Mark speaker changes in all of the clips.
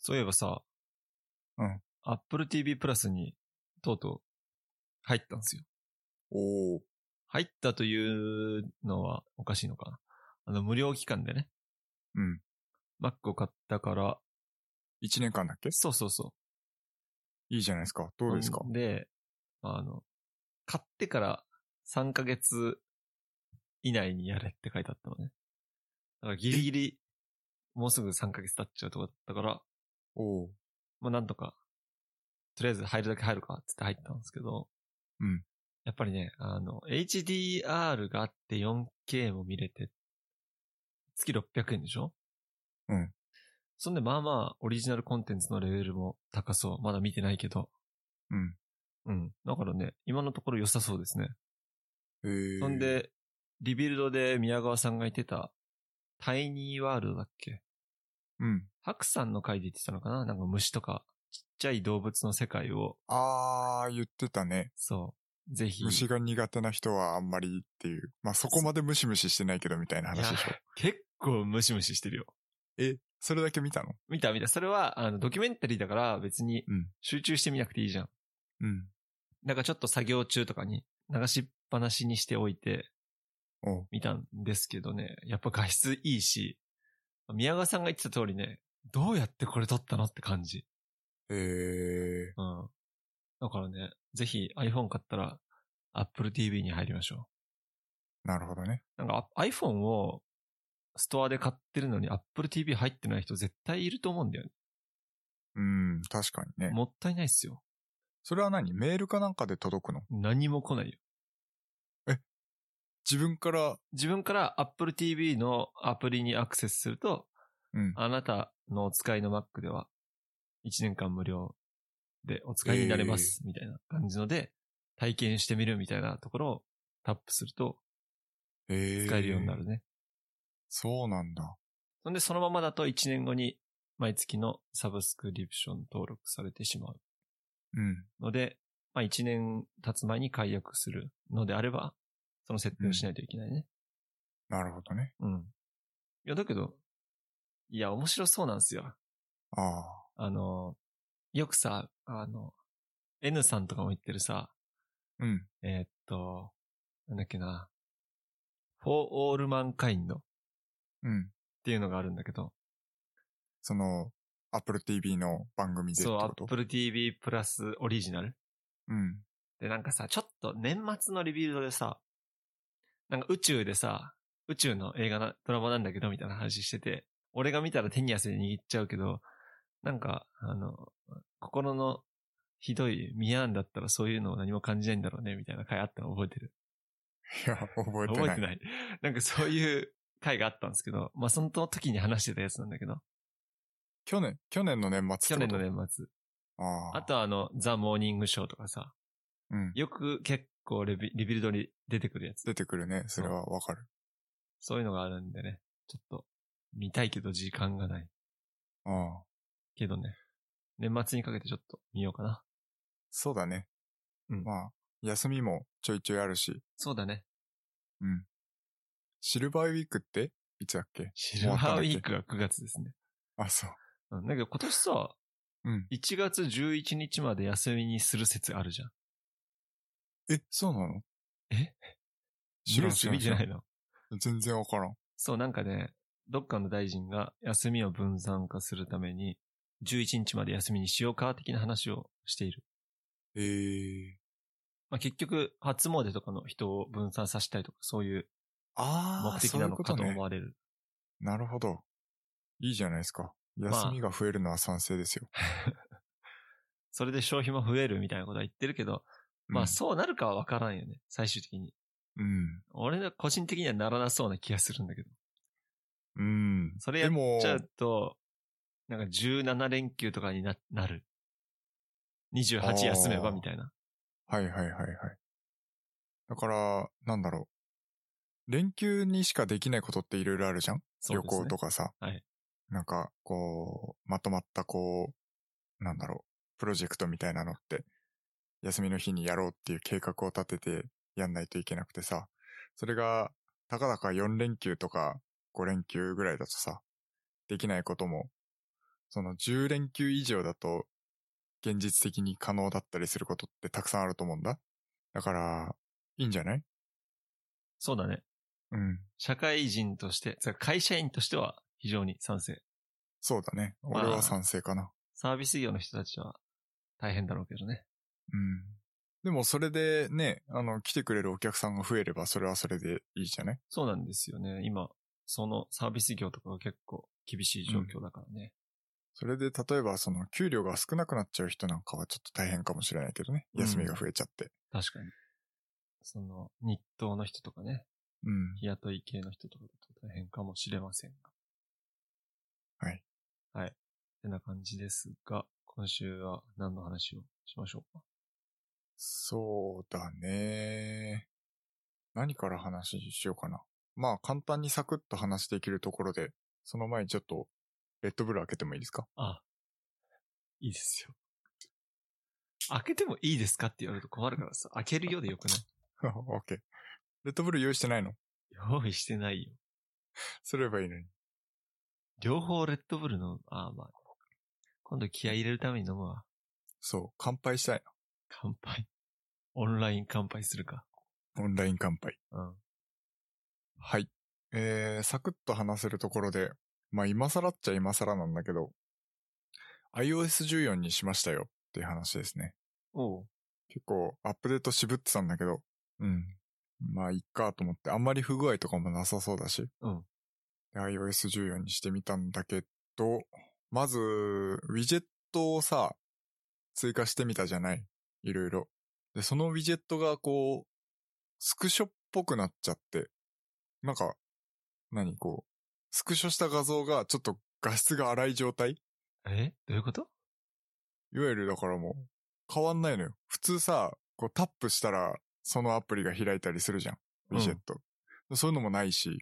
Speaker 1: そういえばさ、
Speaker 2: うん。
Speaker 1: Apple TV プラスに、とうとう、入ったんですよ。
Speaker 2: おー。
Speaker 1: 入ったというのはおかしいのかな。あの、無料期間でね、
Speaker 2: うん。
Speaker 1: Mac を買ったから、
Speaker 2: 一年間だっけ
Speaker 1: そうそうそう。
Speaker 2: いいじゃないですか。どうですか
Speaker 1: ほんで、あの、買ってから3ヶ月以内にやれって書いてあったのね。だからギリギリ、もうすぐ3ヶ月経っちゃうとこだったから、
Speaker 2: おー。
Speaker 1: まあなんとか、とりあえず入るだけ入るかってって入ったんですけど、
Speaker 2: うん。
Speaker 1: やっぱりね、あの、HDR があって 4K も見れて、月600円でしょ
Speaker 2: うん。
Speaker 1: そんでまあまあ、オリジナルコンテンツのレベルも高そう。まだ見てないけど。
Speaker 2: うん。
Speaker 1: うん。だからね、今のところ良さそうですね。
Speaker 2: えー。
Speaker 1: そん、で、リビルドで宮川さんが言ってた、タイニーワールドだっけ
Speaker 2: うん。
Speaker 1: ハクさんの回で言ってたのかななんか虫とか、ちっちゃい動物の世界を、
Speaker 2: あー、言ってたね。
Speaker 1: そう、ぜひ。
Speaker 2: 虫が苦手な人はあんまりっていう。まあ、そこまでムシムシしてないけどみたいない
Speaker 1: や
Speaker 2: 話でしょ。
Speaker 1: 結構ムシムシしてるよ。
Speaker 2: え、それだけ見たの
Speaker 1: 見た見た。それは、あの、ドキュメンタリーだから別に
Speaker 2: うん
Speaker 1: 集中してみなくていいじゃん。
Speaker 2: うん。
Speaker 1: なんかちょっと作業中とかに流しっぱなしにしておいて
Speaker 2: おう
Speaker 1: 見たんですけどね。やっぱ画質いいし、宮川さんが言ってた通りね、どうやってこれ撮ったのって感じ。
Speaker 2: えー。
Speaker 1: うん。だからね、ぜひ iPhone 買ったら Apple TV に入りましょ
Speaker 2: なるほどね。
Speaker 1: う。なんかあ iPhone をストアで買ってるのに Apple TV 入ってない人絶対いると思うんだよね。
Speaker 2: うん、確かにね。
Speaker 1: もったいないっすよ。
Speaker 2: それは何メールかなんかで届くの
Speaker 1: 何も来ないよ。
Speaker 2: 自分から、
Speaker 1: 自分から Apple TV のアプリにアクセスすると、
Speaker 2: うん。
Speaker 1: あなたのお使いの Mac では1年間無料でお使いになれます、みたいな感じので、体験してみるみたいなところをタップすると
Speaker 2: えー。
Speaker 1: 使えるようにな。るね。
Speaker 2: そうなんだ。
Speaker 1: そんでそのままだと1年後に毎月のサブスクリプション登録されてしまう
Speaker 2: うん。
Speaker 1: ので、まあ1年経つ前に解約するのであれば、その設定をしないといけないね。
Speaker 2: なるほどね。
Speaker 1: うん。いや、だけど、いや、面白そうなんですよ。
Speaker 2: あ
Speaker 1: あの、よくさ、あの、N さんとかも言ってるさ、
Speaker 2: ー。うん。
Speaker 1: えーっと、なんだっけな、For All Mankind っ
Speaker 2: うん。
Speaker 1: ていうのがあるんだけど、
Speaker 2: その、Apple TV の番組でって
Speaker 1: そう、
Speaker 2: ことう、
Speaker 1: Apple TV プラスオリジナル。
Speaker 2: うん。
Speaker 1: で、なんかさ、ちょっと年末のリビルドでさ、なんか宇宙でさ、宇宙の映画な、ドラマなんだけど、みたいな話してて、俺が見たら手に汗握っちゃうけど、なんか、あの、心のひどいミヤーンだったらそういうのを何も感じないんだろうね、みたいな回あったの覚えてる。
Speaker 2: いや、覚えてない。
Speaker 1: 覚えてない。 なんかそういう回があったんですけど、まあその時に話してたやつなんだけど、
Speaker 2: 去年、去年の年
Speaker 1: 去
Speaker 2: 末って
Speaker 1: 年
Speaker 2: こと
Speaker 1: の年末。
Speaker 2: ああ。
Speaker 1: あとはあの、ザ・モーニングショーとかさ、
Speaker 2: うん。
Speaker 1: よく結構レビリビルドに出てくるやつ。
Speaker 2: 出てくるね。それはわかる。
Speaker 1: そういうのがあるんでね、ちょっと見たいけど時間がない。
Speaker 2: ああ。
Speaker 1: けどね、年末にかけてちょっと見ようかな。
Speaker 2: そうだね。
Speaker 1: うん
Speaker 2: まあ、休みもちょいちょいあるし。
Speaker 1: そうだね。
Speaker 2: うん。シルバーウィークっていつだっけ
Speaker 1: シルバーウィークが9月ですね。
Speaker 2: あ、そう。
Speaker 1: うん、だけど今年さ、
Speaker 2: うん
Speaker 1: 1月11日まで休みにする説あるじゃん。
Speaker 2: え、そうなの
Speaker 1: えニ
Speaker 2: 知
Speaker 1: ュ
Speaker 2: ら
Speaker 1: ー
Speaker 2: ん
Speaker 1: ス
Speaker 2: 知らん
Speaker 1: 見
Speaker 2: 知
Speaker 1: て
Speaker 2: らん
Speaker 1: ないの
Speaker 2: 全然わからん。
Speaker 1: そう、なんかね、どっかの大臣が休みを分散化するために、11日まで休みにしようか、的な話をしている。
Speaker 2: ええ
Speaker 1: まあ、結局、初詣とかの人を分散させたりとか、そういう
Speaker 2: あ
Speaker 1: 目
Speaker 2: あ、
Speaker 1: 的
Speaker 2: そうい
Speaker 1: な
Speaker 2: う
Speaker 1: の
Speaker 2: こ
Speaker 1: か
Speaker 2: と
Speaker 1: と
Speaker 2: ね
Speaker 1: 思。われる。
Speaker 2: なるほど。いいじゃないですか。
Speaker 1: あ
Speaker 2: 休みが増えるのは賛成ですよ。
Speaker 1: それで消費も増えるみたいなことは言ってるけど、まあそうなるかはわからんよね、最終的に。
Speaker 2: うん。
Speaker 1: 俺は個人的にはならなそうな気がするんだけど。
Speaker 2: うん。
Speaker 1: それやっ
Speaker 2: でも
Speaker 1: ちゃうと、なんか17連休とかにななる。28休めばみたいな。
Speaker 2: はいはいはいはい。だから、なんだろう。連休にしかできないことっていろいろあるじゃん、
Speaker 1: そう
Speaker 2: 旅
Speaker 1: ですね
Speaker 2: 行とかさ。
Speaker 1: はい
Speaker 2: なんか、こう、まとまったこう、なんだろう、プロジェクトみたいなのって、休みの日にやろうっていう計画を立ててやんないといけなくてさ。それが、たかだか4連休とか5連休ぐらいだとさ、できないことも、その10連休以上だと、現実的に可能だったりすることってたくさんあると思うんだ。だから、いいんじゃない
Speaker 1: そうだね。
Speaker 2: うん。
Speaker 1: 社会人として、それ会社員としては非常に賛成。
Speaker 2: そうだね。
Speaker 1: まあ
Speaker 2: 俺は賛成かな。
Speaker 1: サービス業の人たちは大変だろうけどね。
Speaker 2: うん。でもそれでね、あの、来てくれるお客さんが増えれば、それはそれでいいじゃない
Speaker 1: そうなんですよね。今、そのサービス業とかが結構厳しい状況だからね。
Speaker 2: それで、例えば、その、給料が少なくなっちゃう人なんかはちょっと大変かもしれないけどね。
Speaker 1: うん
Speaker 2: 休みが増えちゃって。
Speaker 1: 確かに。その、日当の人とかね、
Speaker 2: うん。
Speaker 1: 日雇い系の人とかだと大変かもしれませんが。
Speaker 2: はい。
Speaker 1: はい。ってな感じですが、今週は何の話をしましょうか。
Speaker 2: そうだね。何から話しようかな。まあ、簡単にサクッと話できるところで、その前にちょっと、レッドブル開けてもいいですか
Speaker 1: あ、いいですよ。開けてもいいですかって言われると困るからさ、開けるようでよくない
Speaker 2: オッケー。レッドブル用意してないの
Speaker 1: 用意してないよ。
Speaker 2: すればいいのに。
Speaker 1: 両方レッドブルの、あまあ、今度気合い入れるために飲むわ。
Speaker 2: そう、乾杯したい
Speaker 1: 乾杯。オンライン乾杯するか。
Speaker 2: の。オンライン乾杯。
Speaker 1: うん。
Speaker 2: はい。えー、サクッと話せるところで、まあ今更っちゃ今更なんだけど、iOS14 にしましたよっていう話ですね。
Speaker 1: おう。
Speaker 2: 結構アップデート渋ってたんだけど、うん。まあいっかと思って、あんまり不具合とかもなさそうだし、
Speaker 1: うん。
Speaker 2: で iOS14 にしてみたんだけど、まず、ウィジェットをさ、追加してみたじゃないいろいろ。で、そのウィジェットがこう、スクショっぽくなっちゃって、なんか、何こう、スクショした画像がちょっと画質が荒い状態
Speaker 1: えどういうこと
Speaker 2: いわゆるだからもう、変わんないのよ。普通さ、こうタップしたら、そのアプリが開いたりするじゃん。ウィジェット。そういうのもないし、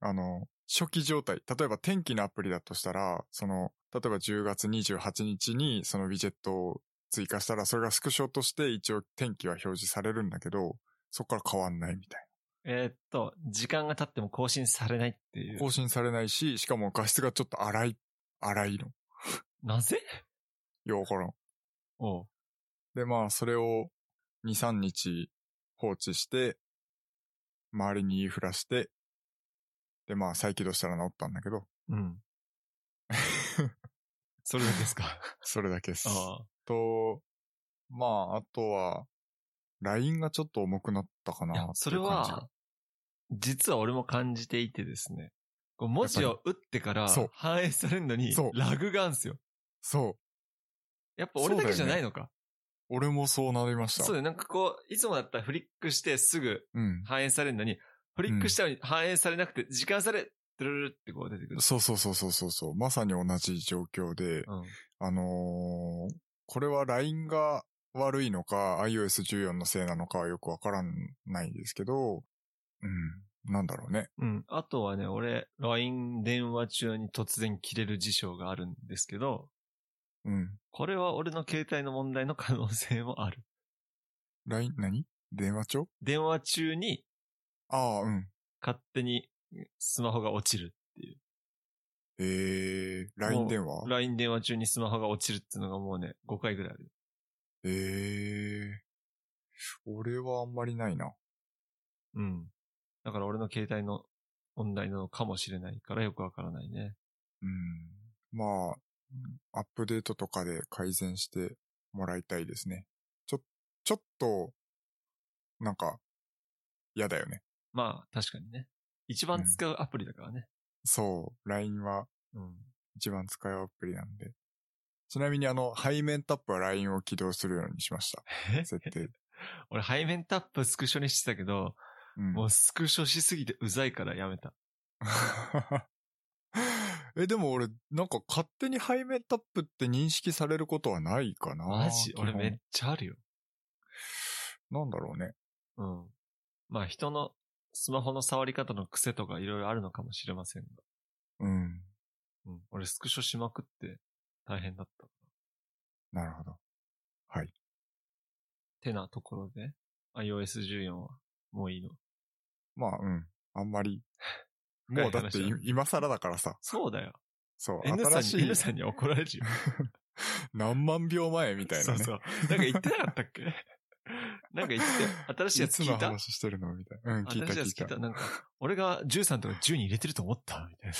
Speaker 2: あの、初期状態。例えば天気のアプリだとしたら、その、例えば10月28日にそのウィジェットを追加したら、それがスクショとして一応天気は表示されるんだけど、そこから変わんないみたい
Speaker 1: えーっと、時間が経っても更新されないってい
Speaker 2: な。
Speaker 1: う。
Speaker 2: 更新されないし、しかも画質がちょっと荒い、荒いの。
Speaker 1: なぜ
Speaker 2: ようわからん。
Speaker 1: おう。
Speaker 2: で、まあ、それを2、3日放置して、周りに言いふらして、で、まあ、再起動したら治ったんだけど、
Speaker 1: うん。それだけですか
Speaker 2: それだけで す。
Speaker 1: あ あ。
Speaker 2: と、まあ、あとは、LINE がちょっと重くなったか
Speaker 1: いや
Speaker 2: な。、
Speaker 1: それ
Speaker 2: っていう感
Speaker 1: は、実は俺も感じていてですね。こう文字を打ってから
Speaker 2: そう
Speaker 1: 反映されるのに
Speaker 2: そう、
Speaker 1: ラグがあるんですよ。
Speaker 2: じがそう。
Speaker 1: やっぱ俺だけじゃないのか。
Speaker 2: 俺もそうなりまし
Speaker 1: そ
Speaker 2: た。
Speaker 1: うだよなんかこう、いつもだったらフリックしてすぐ
Speaker 2: うん。
Speaker 1: 反映されるのに、フリックしたのに反映されなくて、時間され、ドゥルルルってこう出てくる。
Speaker 2: そうそうそうそうそうそう。まさに同じ状況で、
Speaker 1: うん。
Speaker 2: あのーこれは LINE が悪いのか、iOS14 のせいなのかはよくわからないですけど、うん、なんだろうね。
Speaker 1: うん。あとはね、俺、LINE 電話中に突然切れる事象があるんですけど、
Speaker 2: うん。
Speaker 1: これは俺の携帯の問題の可能性もある。
Speaker 2: LINE、何電話帳
Speaker 1: 電話中に
Speaker 2: ああ、うん。
Speaker 1: 勝手にスマホが落ちる。
Speaker 2: えー、LINE 電話
Speaker 1: LINE 電話中にスマホが落ちるっていうのがもうね、5回ぐらいある。
Speaker 2: えー、俺はあんまりないな。
Speaker 1: うん。だから俺の携帯の問題なのかもしれないからよくわからないね。
Speaker 2: うん。まあ、アップデートとかで改善してもらいたいですね。ちょ、ちょっと、なんか、嫌だよね。
Speaker 1: まあ、確かにね。一番使うアプリだからね。
Speaker 2: そう、LINE は
Speaker 1: うん。
Speaker 2: 一番使うアプリなんで。ちなみにあの、背面タップは LINE を起動するようにしました。設定。
Speaker 1: 俺、背面タップスクショにしてたけど、
Speaker 2: うん
Speaker 1: もうスクショしすぎてうざいからやめた。
Speaker 2: え、でも俺、なんか勝手に背面タップって認識されることはないかな。
Speaker 1: マジ
Speaker 2: 基本
Speaker 1: 俺めっちゃあるよ。
Speaker 2: なんだろうね。
Speaker 1: うん。まあ、人のスマホの触り方の癖とかいろいろあるのかもしれませんが。
Speaker 2: うん。
Speaker 1: うん。俺、スクショしまくって大変だった。
Speaker 2: なるほど。
Speaker 1: てなところで、iOS14 はもういいの。
Speaker 2: まあ、うん。あんまり。
Speaker 1: 深い
Speaker 2: もうだって
Speaker 1: 話だ
Speaker 2: い今更だからさ。
Speaker 1: そうだよ。
Speaker 2: そう、
Speaker 1: N さ
Speaker 2: 新
Speaker 1: ん
Speaker 2: し
Speaker 1: に、
Speaker 2: い
Speaker 1: N さんに怒られ るよ。
Speaker 2: 何万秒前みたいなね。
Speaker 1: そうそう。なんか言ってなかったっ けなんか言ってたよ新しいや
Speaker 2: い
Speaker 1: つ
Speaker 2: つ
Speaker 1: 聞
Speaker 2: の
Speaker 1: いた
Speaker 2: 話してるのみたいな。うん、聞い
Speaker 1: 新
Speaker 2: た
Speaker 1: しいや
Speaker 2: 聞
Speaker 1: つ
Speaker 2: い
Speaker 1: 聞
Speaker 2: た
Speaker 1: いた。。なんか、俺が13とか10に入れてると思ったみたい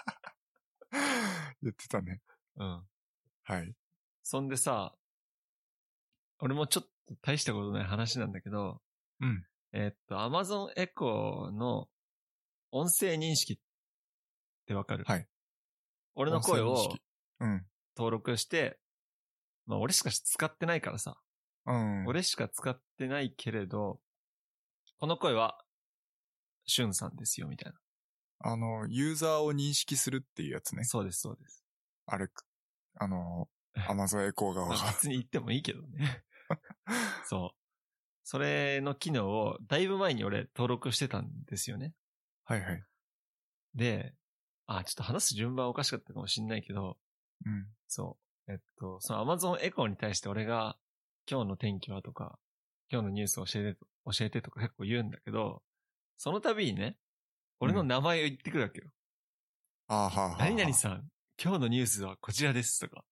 Speaker 2: 言ってたね。
Speaker 1: な。うん。
Speaker 2: はい。
Speaker 1: そんでさ、俺もちょっと大したことない話なんだけど、
Speaker 2: うん。
Speaker 1: えっと、Amazon Echo の音声認識ってわかる
Speaker 2: はい。
Speaker 1: 俺の声を
Speaker 2: 音声認識うん。
Speaker 1: 登録して、まあ俺しか使ってないからさ、
Speaker 2: うん。
Speaker 1: 俺しか使ってないけれど、この声は、しゅんさんですよ、みたいな。
Speaker 2: あの、ユーザーを認識するっていうやつね。
Speaker 1: そうです、そうです。
Speaker 2: あれ、あの、アマゾンエコー側
Speaker 1: ま
Speaker 2: が。
Speaker 1: あ別に言ってもいいけどね。 そう。それの機能を、だいぶ前に俺登録してたんですよね。
Speaker 2: はいはい。
Speaker 1: で、あ、ちょっと話す順番おかしかったかもしんないけど、
Speaker 2: うん。
Speaker 1: そう。えっと、その Amazon エコーに対して俺が、今日の天気はとか、今日のニュースを教えて、教えてとか結構言うんだけど、その度にね、俺の名前を言ってくるわけよ。
Speaker 2: あーはーはーはー
Speaker 1: 何々さん、今日のニュースはこちらですとか、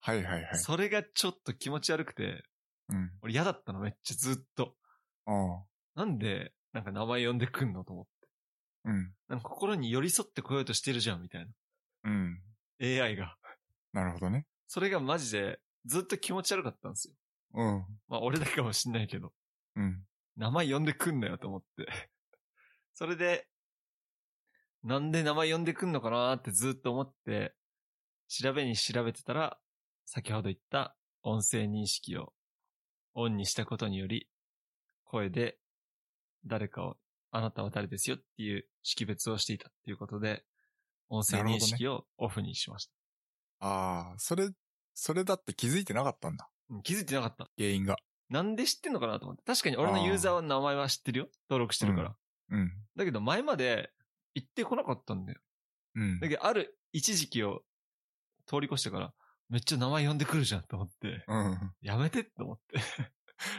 Speaker 2: はいはいはい。
Speaker 1: それがちょっと気持ち悪くて、
Speaker 2: うん。
Speaker 1: 俺嫌だったのめっちゃずっと。
Speaker 2: あ
Speaker 1: なんで、なんか名前呼んでくんのと思って。
Speaker 2: あ。うん。
Speaker 1: なんか心に寄り添ってこようとしてるじゃん、みたい
Speaker 2: うん。
Speaker 1: な。AI が。
Speaker 2: なるほどね。
Speaker 1: それがマジで、ずっと気持ち悪かったんですよ。
Speaker 2: うん。
Speaker 1: まあ俺だけかもしんないけど。
Speaker 2: うん。
Speaker 1: 名前呼んでくんなよと思って。 それで、なんで名前呼んでくんのかなーってずっと思って、調べに調べてたら、先ほど言った音声認識をオンにしたことにより、声で誰かを、あなたは誰ですよっていう識別をしていたっていうことで、音声認識をオフにしまし
Speaker 2: ああ、それ、それだって気づいてなかったんだ。
Speaker 1: た。うん気づいてなかった。
Speaker 2: 原因が。
Speaker 1: なんで知ってんのかなと思って。確かに俺のユーザーの名前は知ってるよ。登録してるから。
Speaker 2: うん。
Speaker 1: だけど前まで行ってこなかったんだよ。
Speaker 2: うん
Speaker 1: だ。けどある一時期を通り越してから、めっちゃ名前呼んでくるじゃんと思って、
Speaker 2: うん。
Speaker 1: やめてって思って。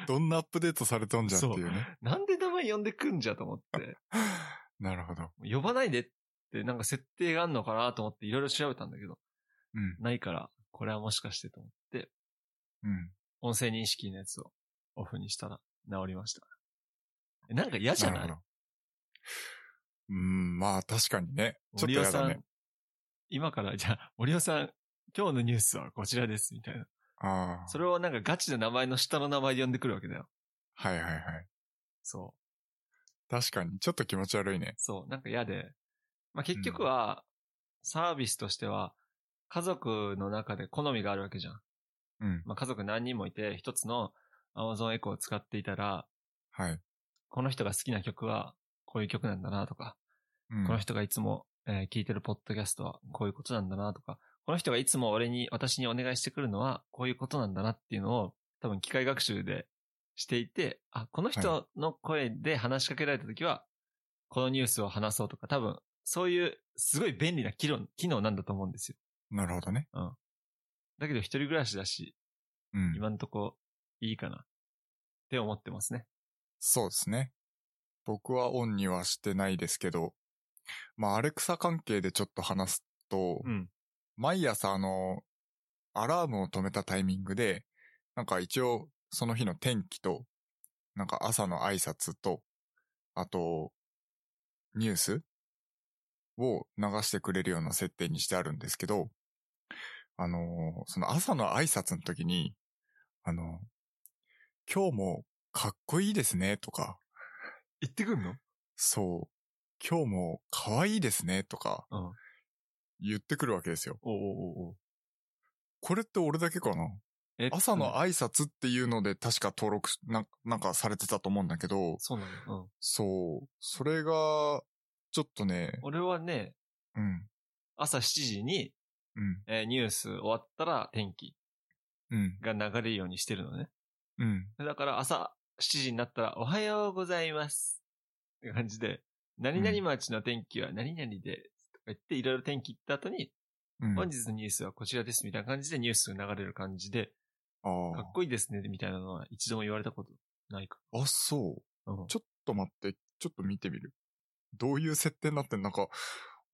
Speaker 2: どんなアップデートされとんじゃんっていうね。
Speaker 1: なんで名前呼んでくんじゃんと思って、
Speaker 2: なるほど。
Speaker 1: 呼ばないでってなんか設定があんのかなと思っていろいろ調べたんだけど、
Speaker 2: うん。
Speaker 1: ないから、これはもしかしてと思って、
Speaker 2: うん。
Speaker 1: 音声認識のやつをオフにしたら治りました。えなんか嫌じゃない
Speaker 2: るほど。うん、まあ確かにね。ちょっと
Speaker 1: 森尾
Speaker 2: や
Speaker 1: さ
Speaker 2: だ
Speaker 1: ん、
Speaker 2: ね。
Speaker 1: 今からじゃあ、森尾さん、今日のニュースはこちらです、みたいな。
Speaker 2: ああ。
Speaker 1: それをなんかガチの名前の下の名前で呼んでくるわけだよ。
Speaker 2: はいはいはい。
Speaker 1: そう。
Speaker 2: 確かに、ちょっと気持ち悪いね。
Speaker 1: そう、なんか嫌で。まあ、結局は、サービスとしては、家族の中で好みがあるわけじゃん。
Speaker 2: うん。
Speaker 1: まあ、家族何人もいて、一つの Amazon エコーを使っていたら、
Speaker 2: はい。
Speaker 1: この人が好きな曲は、こういう曲なんだなとか、
Speaker 2: うん
Speaker 1: この人がいつも、えー聞いてるポッドキャストは、こういうことなんだなとか、この人がいつも俺に、私にお願いしてくるのは、こういうことなんだなっていうのを、多分機械学習でしていて、あ、この人の声で話しかけられた時は、このニュースを話そうとか、多分、そういう、すごい便利な機能、機能なんだと思うんですよ。
Speaker 2: なるほどね。
Speaker 1: だけど一人暮らしだし、
Speaker 2: うん。
Speaker 1: 今んとこ、いいかな。って思ってますね。
Speaker 2: そうですね。僕はオンにはしてないですけど、まあ、アレクサ関係でちょっと話すと、
Speaker 1: うん。
Speaker 2: 毎朝あの、アラームを止めたタイミングで、なんか一応、その日の天気と、なんか朝の挨拶と、あと、ニュースを流してくれるような設定にしてあるんですけど、あのー、その朝の挨拶の時に、あの、今日もかっこいいですねとか、
Speaker 1: 行ってくんの
Speaker 2: そう、今日も可愛いですねとか
Speaker 1: うん。
Speaker 2: 言ってくるわけですよ。
Speaker 1: おうおうおうおう
Speaker 2: これって俺だけかな
Speaker 1: えっと
Speaker 2: 朝の挨拶っていうので確か登録しなん、なんかされてたと思うんだけど、
Speaker 1: そうなの。うん。
Speaker 2: そう、それが、ちょっとね、
Speaker 1: 俺はね、
Speaker 2: うん、
Speaker 1: 朝7時に、
Speaker 2: うん、
Speaker 1: えーニュース終わったら天気
Speaker 2: うん、
Speaker 1: が流れるようにしてるのね。
Speaker 2: うん、
Speaker 1: だから朝7時になったらおはようございます。って感じで、何々町の天気は何々で、とか言っていろいろ天気行った後に、
Speaker 2: うん。
Speaker 1: 本日のニュースはこちらですみたいな感じでニュースが流れる感じで、
Speaker 2: あ
Speaker 1: かっこいいですね、みたいなのは一度も言われたことないか。
Speaker 2: ーあ、そう。
Speaker 1: うん
Speaker 2: ちょっと待って、ちょっと見てみる。どういう設定になってんのなんか、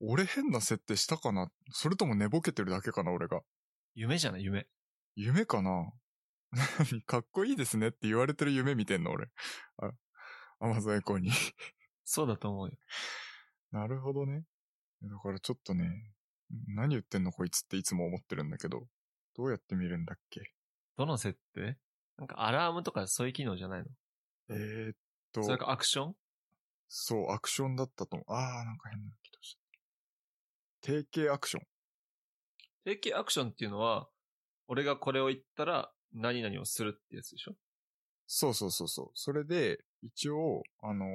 Speaker 2: 俺変な設定したかなそれとも寝ぼけてるだけかな俺が。
Speaker 1: 夢じゃない夢。
Speaker 2: 夢かな かっこいいですねって言われてる夢見てんの俺。あ、アマゾンエコーに。
Speaker 1: そうだと思うよ。
Speaker 2: なるほどね。だからちょっとね、何言ってんのこいつっていつも思ってるんだけど、どうやって見るんだっけ
Speaker 1: どの設定なんかアラームとかそういう機能じゃないの
Speaker 2: えー、っと、
Speaker 1: それかアクション
Speaker 2: そう、アクションだったと思う。あー、なんか変な気がした。定型アクション。
Speaker 1: 定型アクションっていうのは、俺がこれを言ったら何々をするってやつでしょ
Speaker 2: そうそうそうそう。それで、一応、あのー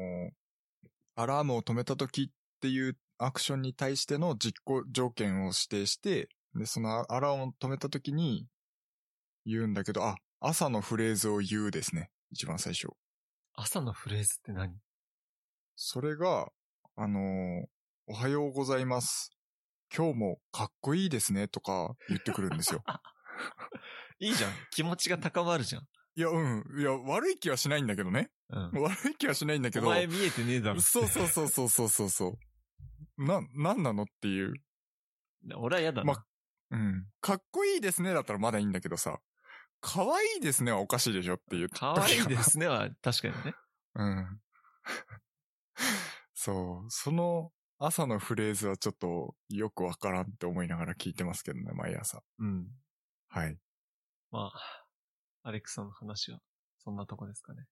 Speaker 2: アラームを止めた時っていうアクションに対しての実行条件を指定して、で、そのアラームを止めた時に言うんだけど、あ、朝のフレーズを言うですね。一番最初。
Speaker 1: 朝のフレーズって何
Speaker 2: それが、あのーおはようございます。今日もかっこいいですねとか言ってくるんで すよ。
Speaker 1: いい じゃん。気持ちが高まるじゃん。
Speaker 2: いや、うん。いや、悪い気はしないんだけどね。
Speaker 1: うん。
Speaker 2: 悪い気はしないんだけ
Speaker 1: お
Speaker 2: ど。
Speaker 1: 前見えてねえだろ。
Speaker 2: そうそうそうそうそうそうそう。な、なんなのっていう。
Speaker 1: 俺は嫌だな。
Speaker 2: まうん。かっこいいですねだったらまだいいんだけどさ、かわいいですねはおかしいでしょっていう。
Speaker 1: 可愛いですねは確かにね。
Speaker 2: うん。 そう。その朝のフレーズはちょっとよくわからんって思いながら聞いてますけどね、毎朝。
Speaker 1: うん。
Speaker 2: はい。
Speaker 1: まあ、アレックさんの話はそんなとこですかね。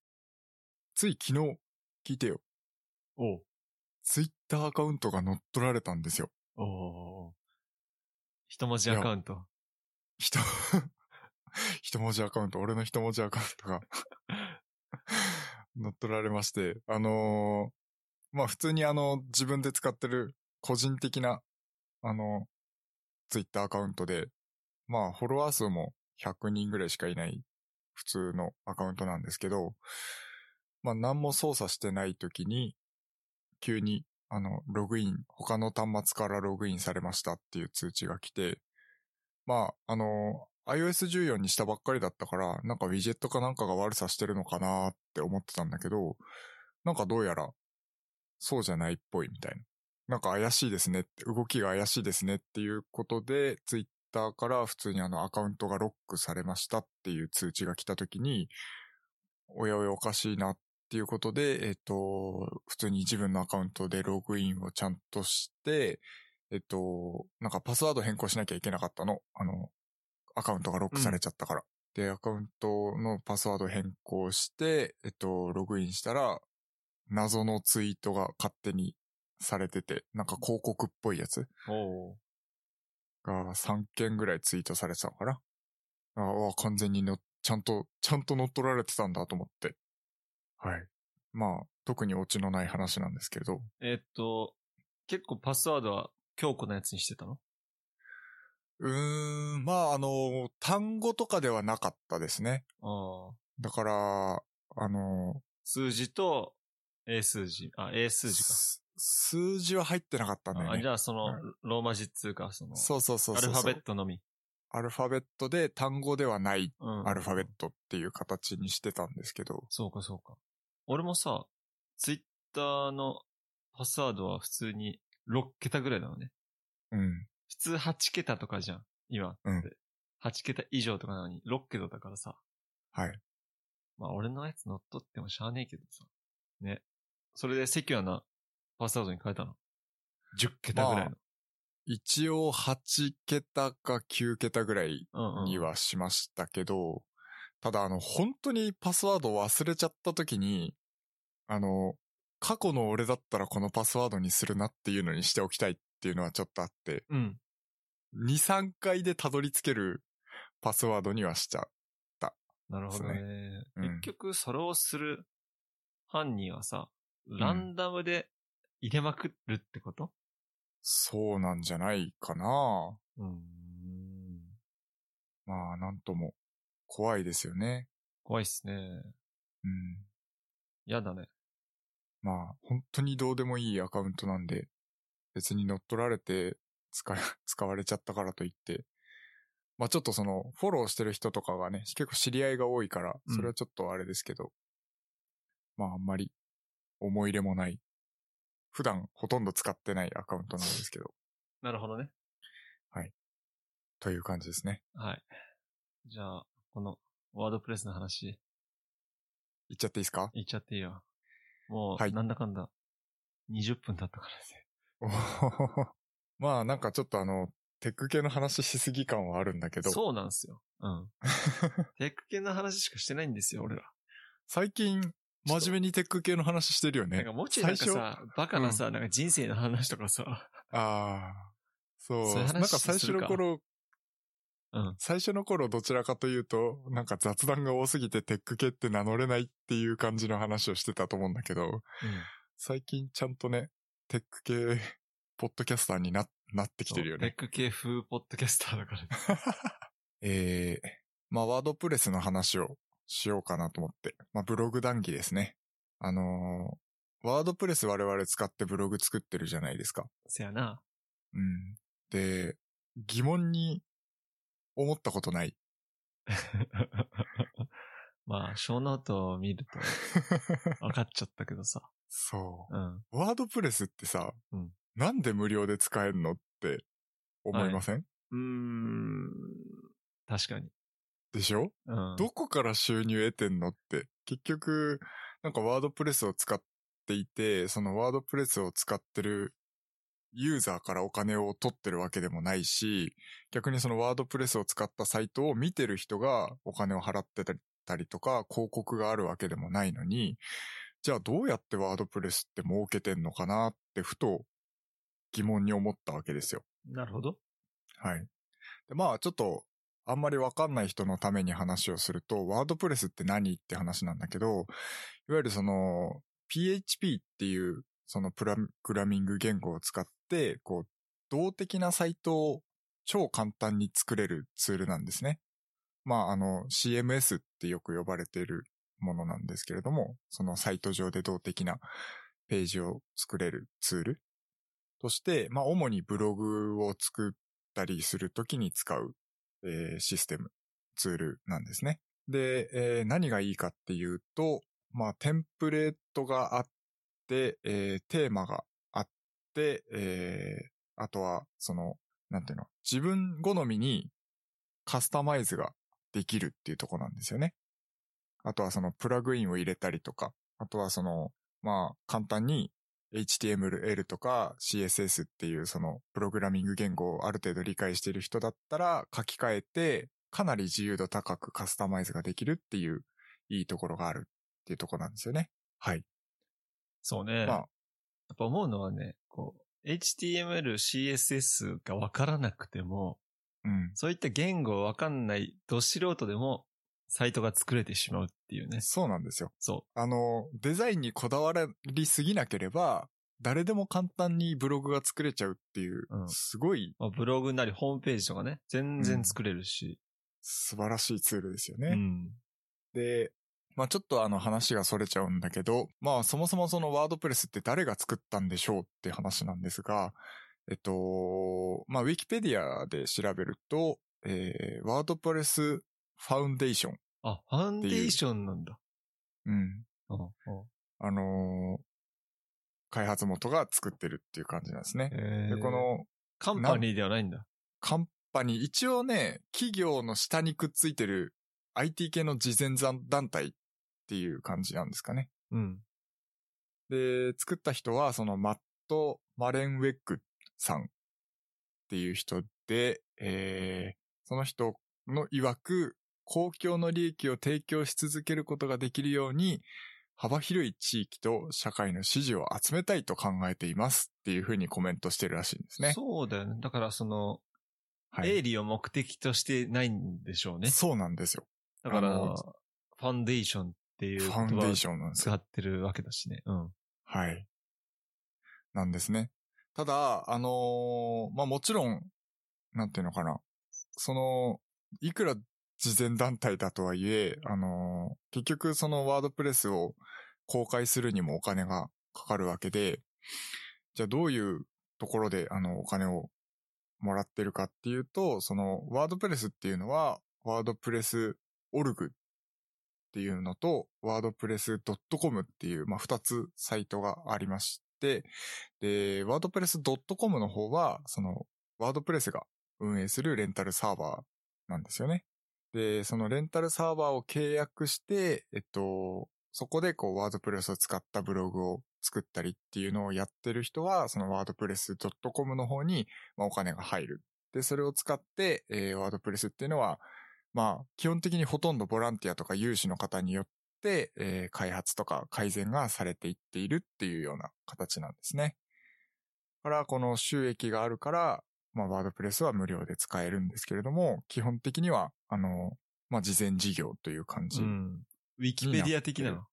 Speaker 2: つい昨日、聞いてよ。
Speaker 1: おう。
Speaker 2: ツイッターアカウントが乗っ取られたんですよ。
Speaker 1: おうおうおう一文字アカウント。
Speaker 2: 人、 一文字アカウント、俺の一文字アカウントが 乗っ取られまして、あのーまあ普通にあの、自分で使ってる個人的な、あの、ツイッターアカウントで、まあフォロワー数も100人ぐらいしかいない普通のアカウントなんですけど、まあ何も操作してない時に、急に、あの、ログイン、他の端末からログインされましたっていう通知が来て、まあ、あの、iOS14 にしたばっかりだったから、なんかウィジェットかなんかが悪さしてるのかなーって思ってたんだけど、なんかどうやら、そうじゃないっぽいみたいな。なんか怪しいですねって、動きが怪しいですねっていうことで、ツイッターから普通にあのアカウントがロックされましたっていう通知が来た時に、おやおやおかしいなっていうことで、えっ、と、普通に自分のアカウントでログインをちゃんとして、えっと、なんかパスワード変更しなきゃいけなかったの。あの、アカウントがロックされちゃったから。で、アカウントのパスワード変更して、えっと、ログインしたら、謎のツイートが勝手にされてて、なんか広告っぽいやつ
Speaker 1: おう
Speaker 2: が3件ぐらいツイートされてたのかな。ああ、完全にの、ちゃんと、ちゃんと乗っ取られてたんだと思って。はい。まあ、特にオチのない話なんですけど。
Speaker 1: えーっと、結構パスワードは強固なやつにしてたの
Speaker 2: うーん、まあ、あの、単語とかではなかったですね。
Speaker 1: ああ。
Speaker 2: だから、あの、
Speaker 1: 数字と、英数字。あ、英数字か。
Speaker 2: す数字は入ってなかったんだよ
Speaker 1: あじ
Speaker 2: ね。
Speaker 1: ゃあ、その、ローマ字っつうか、その、
Speaker 2: そうそうそう
Speaker 1: ア
Speaker 2: そう。
Speaker 1: ルファベットのみ。
Speaker 2: アルファベットで単語ではない
Speaker 1: うん
Speaker 2: アルファベットっていう形にしてたんですけど。
Speaker 1: そうか、そうか。俺もさ、ツイッターのパスワードは普通に6桁ぐらいなのね。
Speaker 2: うん。
Speaker 1: 普通8桁とかじゃん。今って。
Speaker 2: うん
Speaker 1: 8桁以上とかなのに6桁だからさ。
Speaker 2: はい。
Speaker 1: まあ俺のやつ乗っ取ってもしゃあねえけどさ。ね。それでセキュアなパスワードに変えたの。10桁ぐらいの。
Speaker 2: 一応8桁か9桁ぐらい
Speaker 1: うんうん。
Speaker 2: にはしましたけど、ただあの、本当にパスワードを忘れちゃった時に、あの、過去の俺だったらこのパスワードにするなっていうのにしておきたいっていうのはちょっとあって、
Speaker 1: うん。
Speaker 2: 2、3回でたどり着けるパスワードにはしちゃう。
Speaker 1: なるほどね。
Speaker 2: ですうん
Speaker 1: 結局、それをする犯人はさ、ランダムで入れまくるってこと
Speaker 2: そうなんじゃないかな
Speaker 1: うーん。
Speaker 2: まあ、なんとも、怖いですよね。
Speaker 1: 怖いっすね。
Speaker 2: うん。
Speaker 1: やだね。
Speaker 2: まあ、本当にどうでもいいアカウントなんで、別に乗っ取られて使い 使われちゃったからといって、まあちょっとその、フォローしてる人とかがね、結構知り合いが多いから、
Speaker 1: うん
Speaker 2: それはちょっとあれですけど、まああんまり思い入れもない普段ほとんど使ってないアカウントなんですけど、
Speaker 1: なるほどね。
Speaker 2: という感じですね。
Speaker 1: はい。じゃあ、この、ワードプレスの話、
Speaker 2: いっちゃっていいで すか
Speaker 1: 言っちゃっていいよ。も
Speaker 2: は
Speaker 1: う、
Speaker 2: い
Speaker 1: なんだかんだ、20分経ったからですね。
Speaker 2: おーまあなんかちょっとあの、テック系の話しすぎ感はあるんだけど、
Speaker 1: そうなんですよ。 うん。テック系の話しかしてないんですよ、俺ら。
Speaker 2: 最近真面目にテック系の話してるよ
Speaker 1: なん
Speaker 2: ね
Speaker 1: か、。もうちょいなんか
Speaker 2: 最
Speaker 1: さ、バカなさ、なんか人生の話とかさ、
Speaker 2: ああ、そう。
Speaker 1: そういう話
Speaker 2: なんか最初の頃、
Speaker 1: うん
Speaker 2: 最初の頃どちらかというと、なんか雑談が多すぎてテック系って名乗れないっていう感じの話をしてたと思うんだけど、最近ちゃんとね、テック系、ポッドキャスターにな、なってきてるよね。
Speaker 1: テック系風ポッドキャスターだ から、ね。
Speaker 2: えー、まあ、ワードプレスの話をしようかなと思って。まあ、ブログ談義ですね。あのーワードプレス我々使ってブログ作ってるじゃないですか。
Speaker 1: せやな。
Speaker 2: うん。で、疑問に思ったことない。
Speaker 1: まあ、小ノートを見る と分かっちゃったけどさ。
Speaker 2: そ
Speaker 1: うん。
Speaker 2: う。ワードプレスってさ、
Speaker 1: うん
Speaker 2: なんで無料で使えるのって思いません、
Speaker 1: うーん。確かに。
Speaker 2: でしょ
Speaker 1: うん。
Speaker 2: どこから収入得てんのって、結局、なんかワードプレスを使っていて、そのワードプレスを使ってるユーザーからお金を取ってるわけでもないし、逆にそのワードプレスを使ったサイトを見てる人がお金を払ってたりとか、広告があるわけでもないのに、じゃあどうやってワードプレスって儲けてんのかなってふと疑問に思ったわけですよ。
Speaker 1: なるほど。
Speaker 2: はい。で、まあちょっと、あんまりわかんない人のために話をすると、ワードプレスって何って話なんだけど、いわゆるその、PHP っていう、そのプラグラミング言語を使って、こう、動的なサイトを超簡単に作れるツールなんですね。まあ、あの、CMS ってよく呼ばれているものなんですけれども、そのサイト上で動的なページを作れるツールとして、まあ、主にブログを作ったりするときに使う、えーシステム、ツールなんですね。で、えー何がいいかっていうと、まあ、テンプレートがあって、えーテーマがあって、えーあとは、その、なんていうの、自分好みにカスタマイズができるっていうところなんですよね。あとはそのプラグインを入れたりとか、あとはその、まあ、簡単に HTML とか CSS っていうそのプログラミング言語をある程度理解している人だったら書き換えてかなり自由度高くカスタマイズができるっていういいところがあるっていうところなんですよね。はい。
Speaker 1: そうね。
Speaker 2: ま
Speaker 1: や
Speaker 2: あ
Speaker 1: っ、ぱ思うのはね、こう、HTML、CSS が分からなくても、
Speaker 2: うん。
Speaker 1: そういった言語分かんない、ど素人でも、サイトが作れてしまうっていうね。
Speaker 2: そうなんですよ。
Speaker 1: そ
Speaker 2: あの、デザインにこだわりすぎなければ、誰でも簡単にブログが作れちゃうっていう、
Speaker 1: うん。
Speaker 2: すごいう
Speaker 1: まあ、ブログなりホームページとかね、全然作れるし。
Speaker 2: 素晴らしいツールですよね。
Speaker 1: うん。
Speaker 2: で、まあちょっとあの話がそれちゃうんだけど、まあそもそもそのワードプレスって誰が作ったんでしょうって話なんですが、えっと、まあウィキペディアで調べると、えー、ワードプレスファウンデーション。
Speaker 1: あ、ファンデーションなんだ。
Speaker 2: うん。
Speaker 1: うん。
Speaker 2: あのー開発元が作ってるっていう感じなんですね。
Speaker 1: え
Speaker 2: で、こ、の
Speaker 1: カンパニーではないんだ。
Speaker 2: カンパニー、一応ね、企業の下にくっついてる IT 系の慈善団体っていう感じなんですかね。
Speaker 1: うん。
Speaker 2: で、作った人は、そのマット・マレンウェックさんっていう人で、えーその人の曰く、公共の利益を提供し続けることができるように、幅広い地域と社会の支持を集めたいと考えていますっていうふうにコメントしてるらしいんですね。
Speaker 1: そうだよね。だからその、
Speaker 2: はい
Speaker 1: 営利を目的としてないんでしょうね。
Speaker 2: そうなんですよ。
Speaker 1: だから、
Speaker 2: あの
Speaker 1: ファンデーションっていう
Speaker 2: フ
Speaker 1: 言
Speaker 2: ァウンデ
Speaker 1: 葉
Speaker 2: ー
Speaker 1: を
Speaker 2: ションなんですよ
Speaker 1: 使ってるわけだしね。うん。
Speaker 2: はい。なんですね。ただ、あのーまあ、もちろん、なんていうのかな。その、いくら慈善団体だとはいえ、あのー結局そのワードプレスを公開するにもお金がかかるわけで、じゃあどういうところであのお金をもらってるかっていうと、そのワードプレスっていうのは、ワードプレスオルグっていうのと、ワードプレス .com っていう、まあ、二つサイトがありましって、で、wordpress.com の方は、その、wordpress が運営するレンタルサーバーなんですよね。で、そのレンタルサーバーを契約して、えっと、そこでこう、wordpress を使ったブログを作ったりっていうのをやってる人は、その wordpress.com の方に、まあ、お金が入る。で、それを使って、えー、ワードプレスっていうのは、まあ、基本的にほとんどボランティアとか有志の方によって、えー開発とか改善がされていっているっていうような形なんですね。だから、この収益があるから、まあ、ワードプレスは無料で使えるんですけれども、基本的には、あの、まあ、事前事業という感じ。
Speaker 1: ん。ウィキペディア的な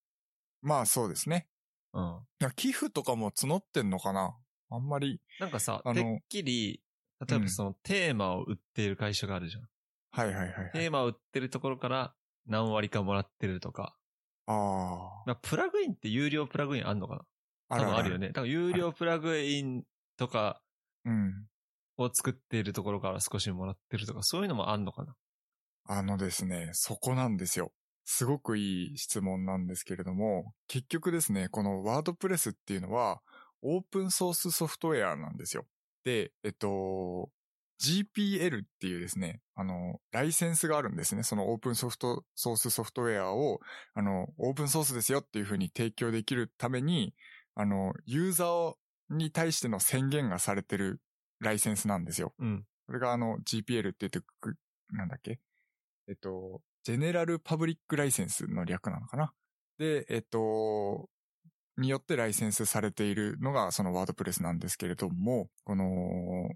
Speaker 2: まあ、そうですね。
Speaker 1: の。うん。
Speaker 2: いや寄付とかも募ってんのかなあんまり、
Speaker 1: なんかさ、
Speaker 2: あの
Speaker 1: てっきり、例えばそのテーマを売っている会社があるじゃん。
Speaker 2: はいはいはい、はい。
Speaker 1: テーマを売ってるところから何割かもらってるとか。
Speaker 2: あ
Speaker 1: まあプラグインって有料プラグインあんのか
Speaker 2: あ。
Speaker 1: な多分あるよ
Speaker 2: ね。
Speaker 1: ね。多分有料プラグインとか
Speaker 2: うん。
Speaker 1: を作っているところから少しもらってるとか、そういうのもあんのかな
Speaker 2: あのですね、そこなんですよ。すごくいい質問なんですけれども、結局ですね、このワードプレスっていうのは、オープンソースソフトウェアなんですよ。で、えっと、GPL っていうですね、あの、ライセンスがあるんですね。そのオープンソフト、ソースソフトウェアを、あの、オープンソースですよっていうふうに提供できるために、あの、ユーザーに対しての宣言がされてるライセンスなんですよ。
Speaker 1: うん。
Speaker 2: これがあの GPL って言ってく、なんだっけえっと、ジェネラルパブリックライセンスの略なのかなで、えっと、によってライセンスされているのがそのワードプレスなんですけれども、この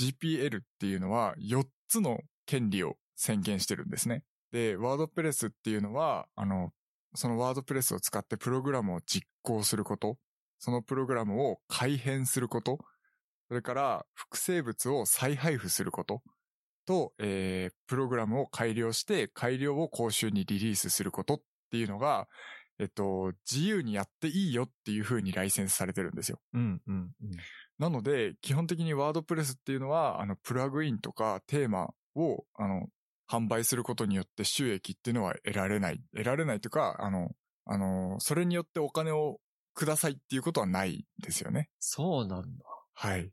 Speaker 2: GPL っていうのは4つの権利を宣言してるんですね。で、ワードプレスっていうのは、あの、そのワードプレスを使ってプログラムを実行すること、そのプログラムを改変すること、それから複製物を再配布することと、えープログラムを改良して改良を公衆にリリースすることっていうのが、えっと、自由にやっていいよっていう風にライセンスされてるんですよ。
Speaker 1: うん、うん、うん。
Speaker 2: なので、基本的にワードプレスっていうのは、あの、プラグインとかテーマを、あの、販売することによって収益っていうのは得られない。得られないというか、あの、あの、それによってお金をくださいっていうことはないんですよね。
Speaker 1: そうなんだ。
Speaker 2: はい。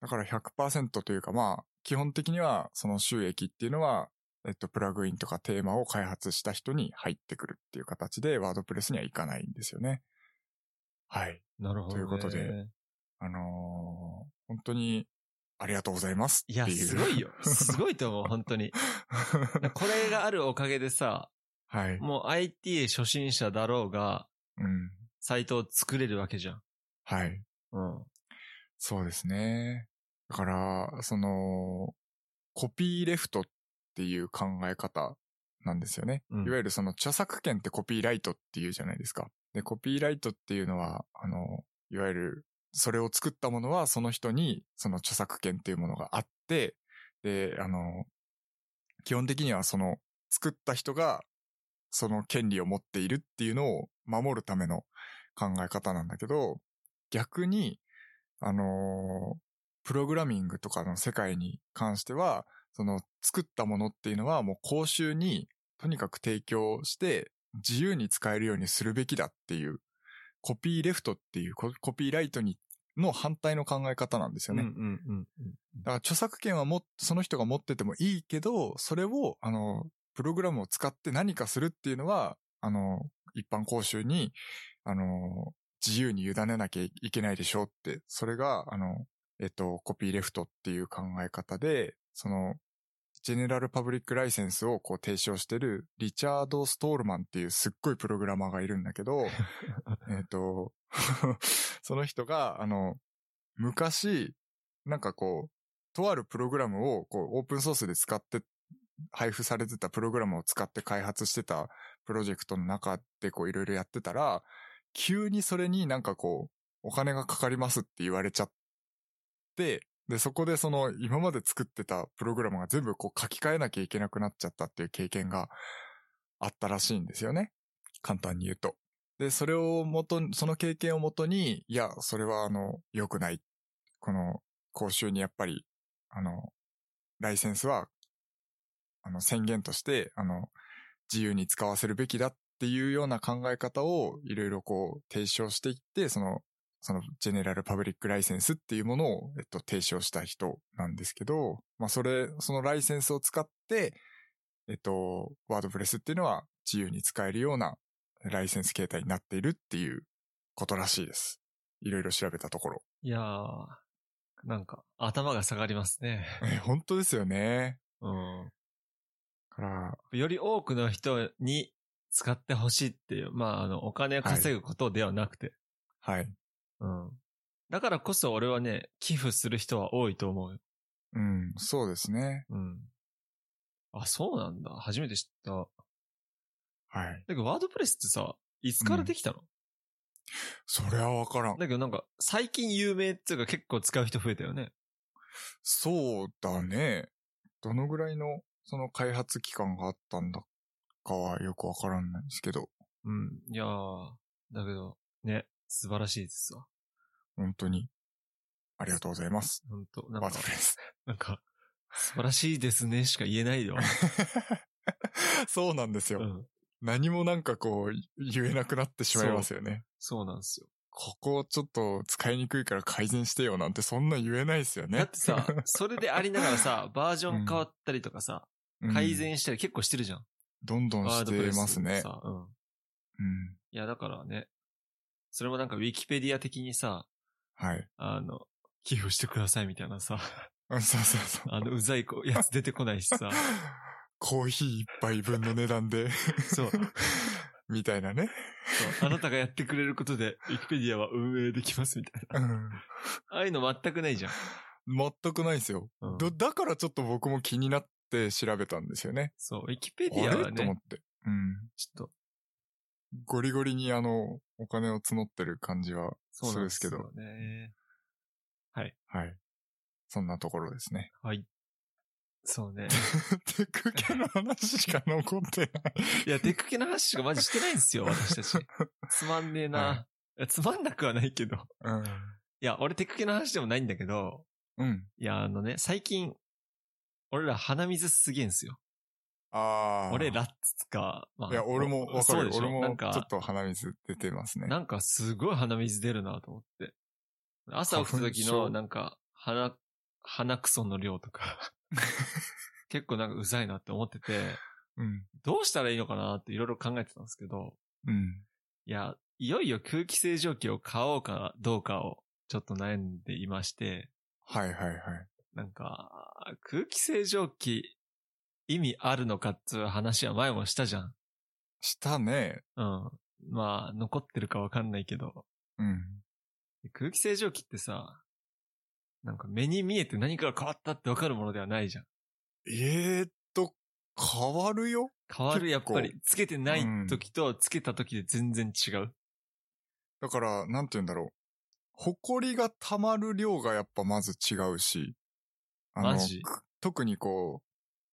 Speaker 2: だから100%というか、まあ、基本的にはその収益っていうのは、えっと、プラグインとかテーマを開発した人に入ってくるっていう形で、ワードプレスにはいかないんですよね。はい。
Speaker 1: なるほど、ね。
Speaker 2: ということで。あのー本当に、ありがとうございますって
Speaker 1: い
Speaker 2: いう。
Speaker 1: や、すごいよ。 す
Speaker 2: い。
Speaker 1: ごいと思う、本当に。これがあるおかげでさ、
Speaker 2: はい。
Speaker 1: もう IT 初心者だろうが、
Speaker 2: うん。
Speaker 1: サイトを作れるわけじゃん。
Speaker 2: はい。
Speaker 1: うん。
Speaker 2: そうですね。だから、その、コピーレフトっていう考え方なんですよね。
Speaker 1: うん
Speaker 2: いわゆるその著作権ってコピーライトっていうじゃないですか。で、コピーライトっていうのは、あの、いわゆる、それを作ったものはその人にその著作権っていうものがあって、で、あの、基本的にはその作った人がその権利を持っているっていうのを守るための考え方なんだけど、逆に、あのープログラミングとかの世界に関しては、その作ったものっていうのはもう公衆にとにかく提供して自由に使えるようにするべきだっていう、コピーレフトっていうココピーライトにの反対の考え方なんですよね。
Speaker 1: うんうんうんうん。
Speaker 2: だから著作権はもっ、その人が持っててもいいけど、それを、あの、プログラムを使って何かするっていうのは、あの、一般講習に、あの、自由に委ねなきゃいけないでしょうって、それが、あの、えっと、コピーレフトっていう考え方で、その、ジェネラルパブリックライセンスをこう提唱してるリチャード・ストールマンっていうすっごいプログラマーがいるんだけど、えっと、 その人が、あの、昔、なんかこう、とあるプログラムをこうオープンソースで使って、配布されてたプログラムを使って開発してたプロジェクトの中でこういろいろやってたら、急にそれになんかこう、お金がかかりますって言われちゃって、で、そこでその今まで作ってたプログラムが全部こう書き換えなきゃいけなくなっちゃったっていう経験があったらしいんですよね。簡単に言うと。で、それをもとに、その経験をもとに、いや、それはあの、良くない。この、講習にやっぱりあの、ライセンスは、あの、宣言として、あの、自由に使わせるべきだっていうような考え方をいろいろこう提唱していって、その、そのジェネラルパブリックライセンスっていうものを、えっと、提唱した人なんですけど、まあ、それ、そのライセンスを使って、えっと、ワードプレスっていうのは自由に使えるようなライセンス形態になっているっていうことらしいです。いろいろ調べたところ。
Speaker 1: いやー、なんか、頭が下がります ね。
Speaker 2: え、本当ですよね。
Speaker 1: うん。
Speaker 2: から、
Speaker 1: より多くの人に使ってほしいっていう、まあ、あの、お金を稼ぐことではなくて。
Speaker 2: はい。
Speaker 1: うん。だからこそ俺はね、寄付する人は多いと思うよ。
Speaker 2: うん、そうですね。
Speaker 1: うん。あ、そうなんだ。初めて知った。だ
Speaker 2: はい。
Speaker 1: けど、ワードプレスってさ、いつからできたの、
Speaker 2: それはわからん。
Speaker 1: だけどなんか、最近有名っていうか結構使う人増えたよね。
Speaker 2: そうだね。どのぐらいの、その開発期間があったんだかはよくわからないんですけど、
Speaker 1: うん。いやー、だけど、ね、素晴らしいですわ。
Speaker 2: 本当に、ありがとうございます。
Speaker 1: ほんと、なん
Speaker 2: ワ
Speaker 1: か
Speaker 2: ード、プレス。
Speaker 1: なんか、素晴らしいですねしか言えない よ。
Speaker 2: そうなんです
Speaker 1: う
Speaker 2: よ。
Speaker 1: ん。
Speaker 2: 何もなんかこう、言えなくなってしまいますよね。
Speaker 1: そうなんですよ。
Speaker 2: ここちょっと使いにくいから改善してよなんてそんな言えないですよね。
Speaker 1: だって さ、それでありながらさ、バージョン変わったりとかさ、
Speaker 2: うん
Speaker 1: 改善したり結構してるじゃん。
Speaker 2: どんどん
Speaker 1: ワー
Speaker 2: し
Speaker 1: ドプレ
Speaker 2: て
Speaker 1: ス
Speaker 2: ますね。
Speaker 1: さうん。
Speaker 2: うん。
Speaker 1: いや、だからね、それもなんかウィキペディア的にさ、
Speaker 2: はい。
Speaker 1: あの、寄付してくださいみたいな さ、
Speaker 2: うんそうそうそう。
Speaker 1: あの、うざい子やつ出てこないし さ、
Speaker 2: コーヒー一杯分の値 段で、
Speaker 1: そうそう、
Speaker 2: みたいなね。
Speaker 1: あなたがやってくれることで、ウィキペディアは運営できますみたいな。
Speaker 2: うん
Speaker 1: ああいうの全くないじゃん。
Speaker 2: 全くないですよ。
Speaker 1: うん
Speaker 2: だ、だからちょっと僕も気になって調べたんですよね。
Speaker 1: そう、ウィキペ
Speaker 2: あ
Speaker 1: ディアは
Speaker 2: れと思っ
Speaker 1: ね、
Speaker 2: て。うん。
Speaker 1: ちょっと、
Speaker 2: ゴリゴリにあの、お金を募ってる感じは
Speaker 1: そう
Speaker 2: す
Speaker 1: なん
Speaker 2: るん
Speaker 1: で
Speaker 2: です
Speaker 1: す
Speaker 2: け
Speaker 1: よ
Speaker 2: ど。
Speaker 1: ね。
Speaker 2: はい。そんなところですね。
Speaker 1: はい。そうね。
Speaker 2: テク系の話しか残ってない。
Speaker 1: いや、デク系の話しかマジしてないんですよ、私た ち。つまんねえな。
Speaker 2: はい
Speaker 1: いやつまんなくはないけど。
Speaker 2: うん。
Speaker 1: いや、俺テク系の話でもないんだけど、
Speaker 2: うん。
Speaker 1: いや、あのね、最近、俺ら鼻水すげえんすよ。
Speaker 2: ああ。
Speaker 1: 俺らっつうか、ま
Speaker 2: いや、俺もわか
Speaker 1: そう
Speaker 2: る
Speaker 1: で。しょ
Speaker 2: 俺
Speaker 1: な
Speaker 2: も
Speaker 1: んか、
Speaker 2: ちょっと鼻水出てますね。
Speaker 1: なんかすごい鼻水出るなと思って。朝起きた時
Speaker 2: 花粉
Speaker 1: の、
Speaker 2: 症
Speaker 1: なんか、鼻、鼻くその量と か、結構なんかうざいなって思ってて、
Speaker 2: うん。
Speaker 1: どうしたらいいのかなっていろいろ考えてたんですけど、
Speaker 2: うん。
Speaker 1: いや、いよいよ空気清浄機を買おうかどうかをちょっと悩んでいまして、
Speaker 2: はいはいはい。
Speaker 1: なんか、空気清浄機意味あるのかっていう話は前もしたじゃん。
Speaker 2: したね。
Speaker 1: うん。まあ、残ってるかわかんないけど、
Speaker 2: うん。
Speaker 1: 空気清浄機ってさ、なんか目に見えて何かが変わったってわかるものではないじゃん。
Speaker 2: えーっと、変わるよ
Speaker 1: 変わる、やっ
Speaker 2: 結構
Speaker 1: ぱり。つけてない
Speaker 2: うん
Speaker 1: 時とつけた時で全然違う。
Speaker 2: だから、なんて言うんだろう。埃が溜まる量がやっぱまず違うし。あの
Speaker 1: マジ
Speaker 2: く特にこう、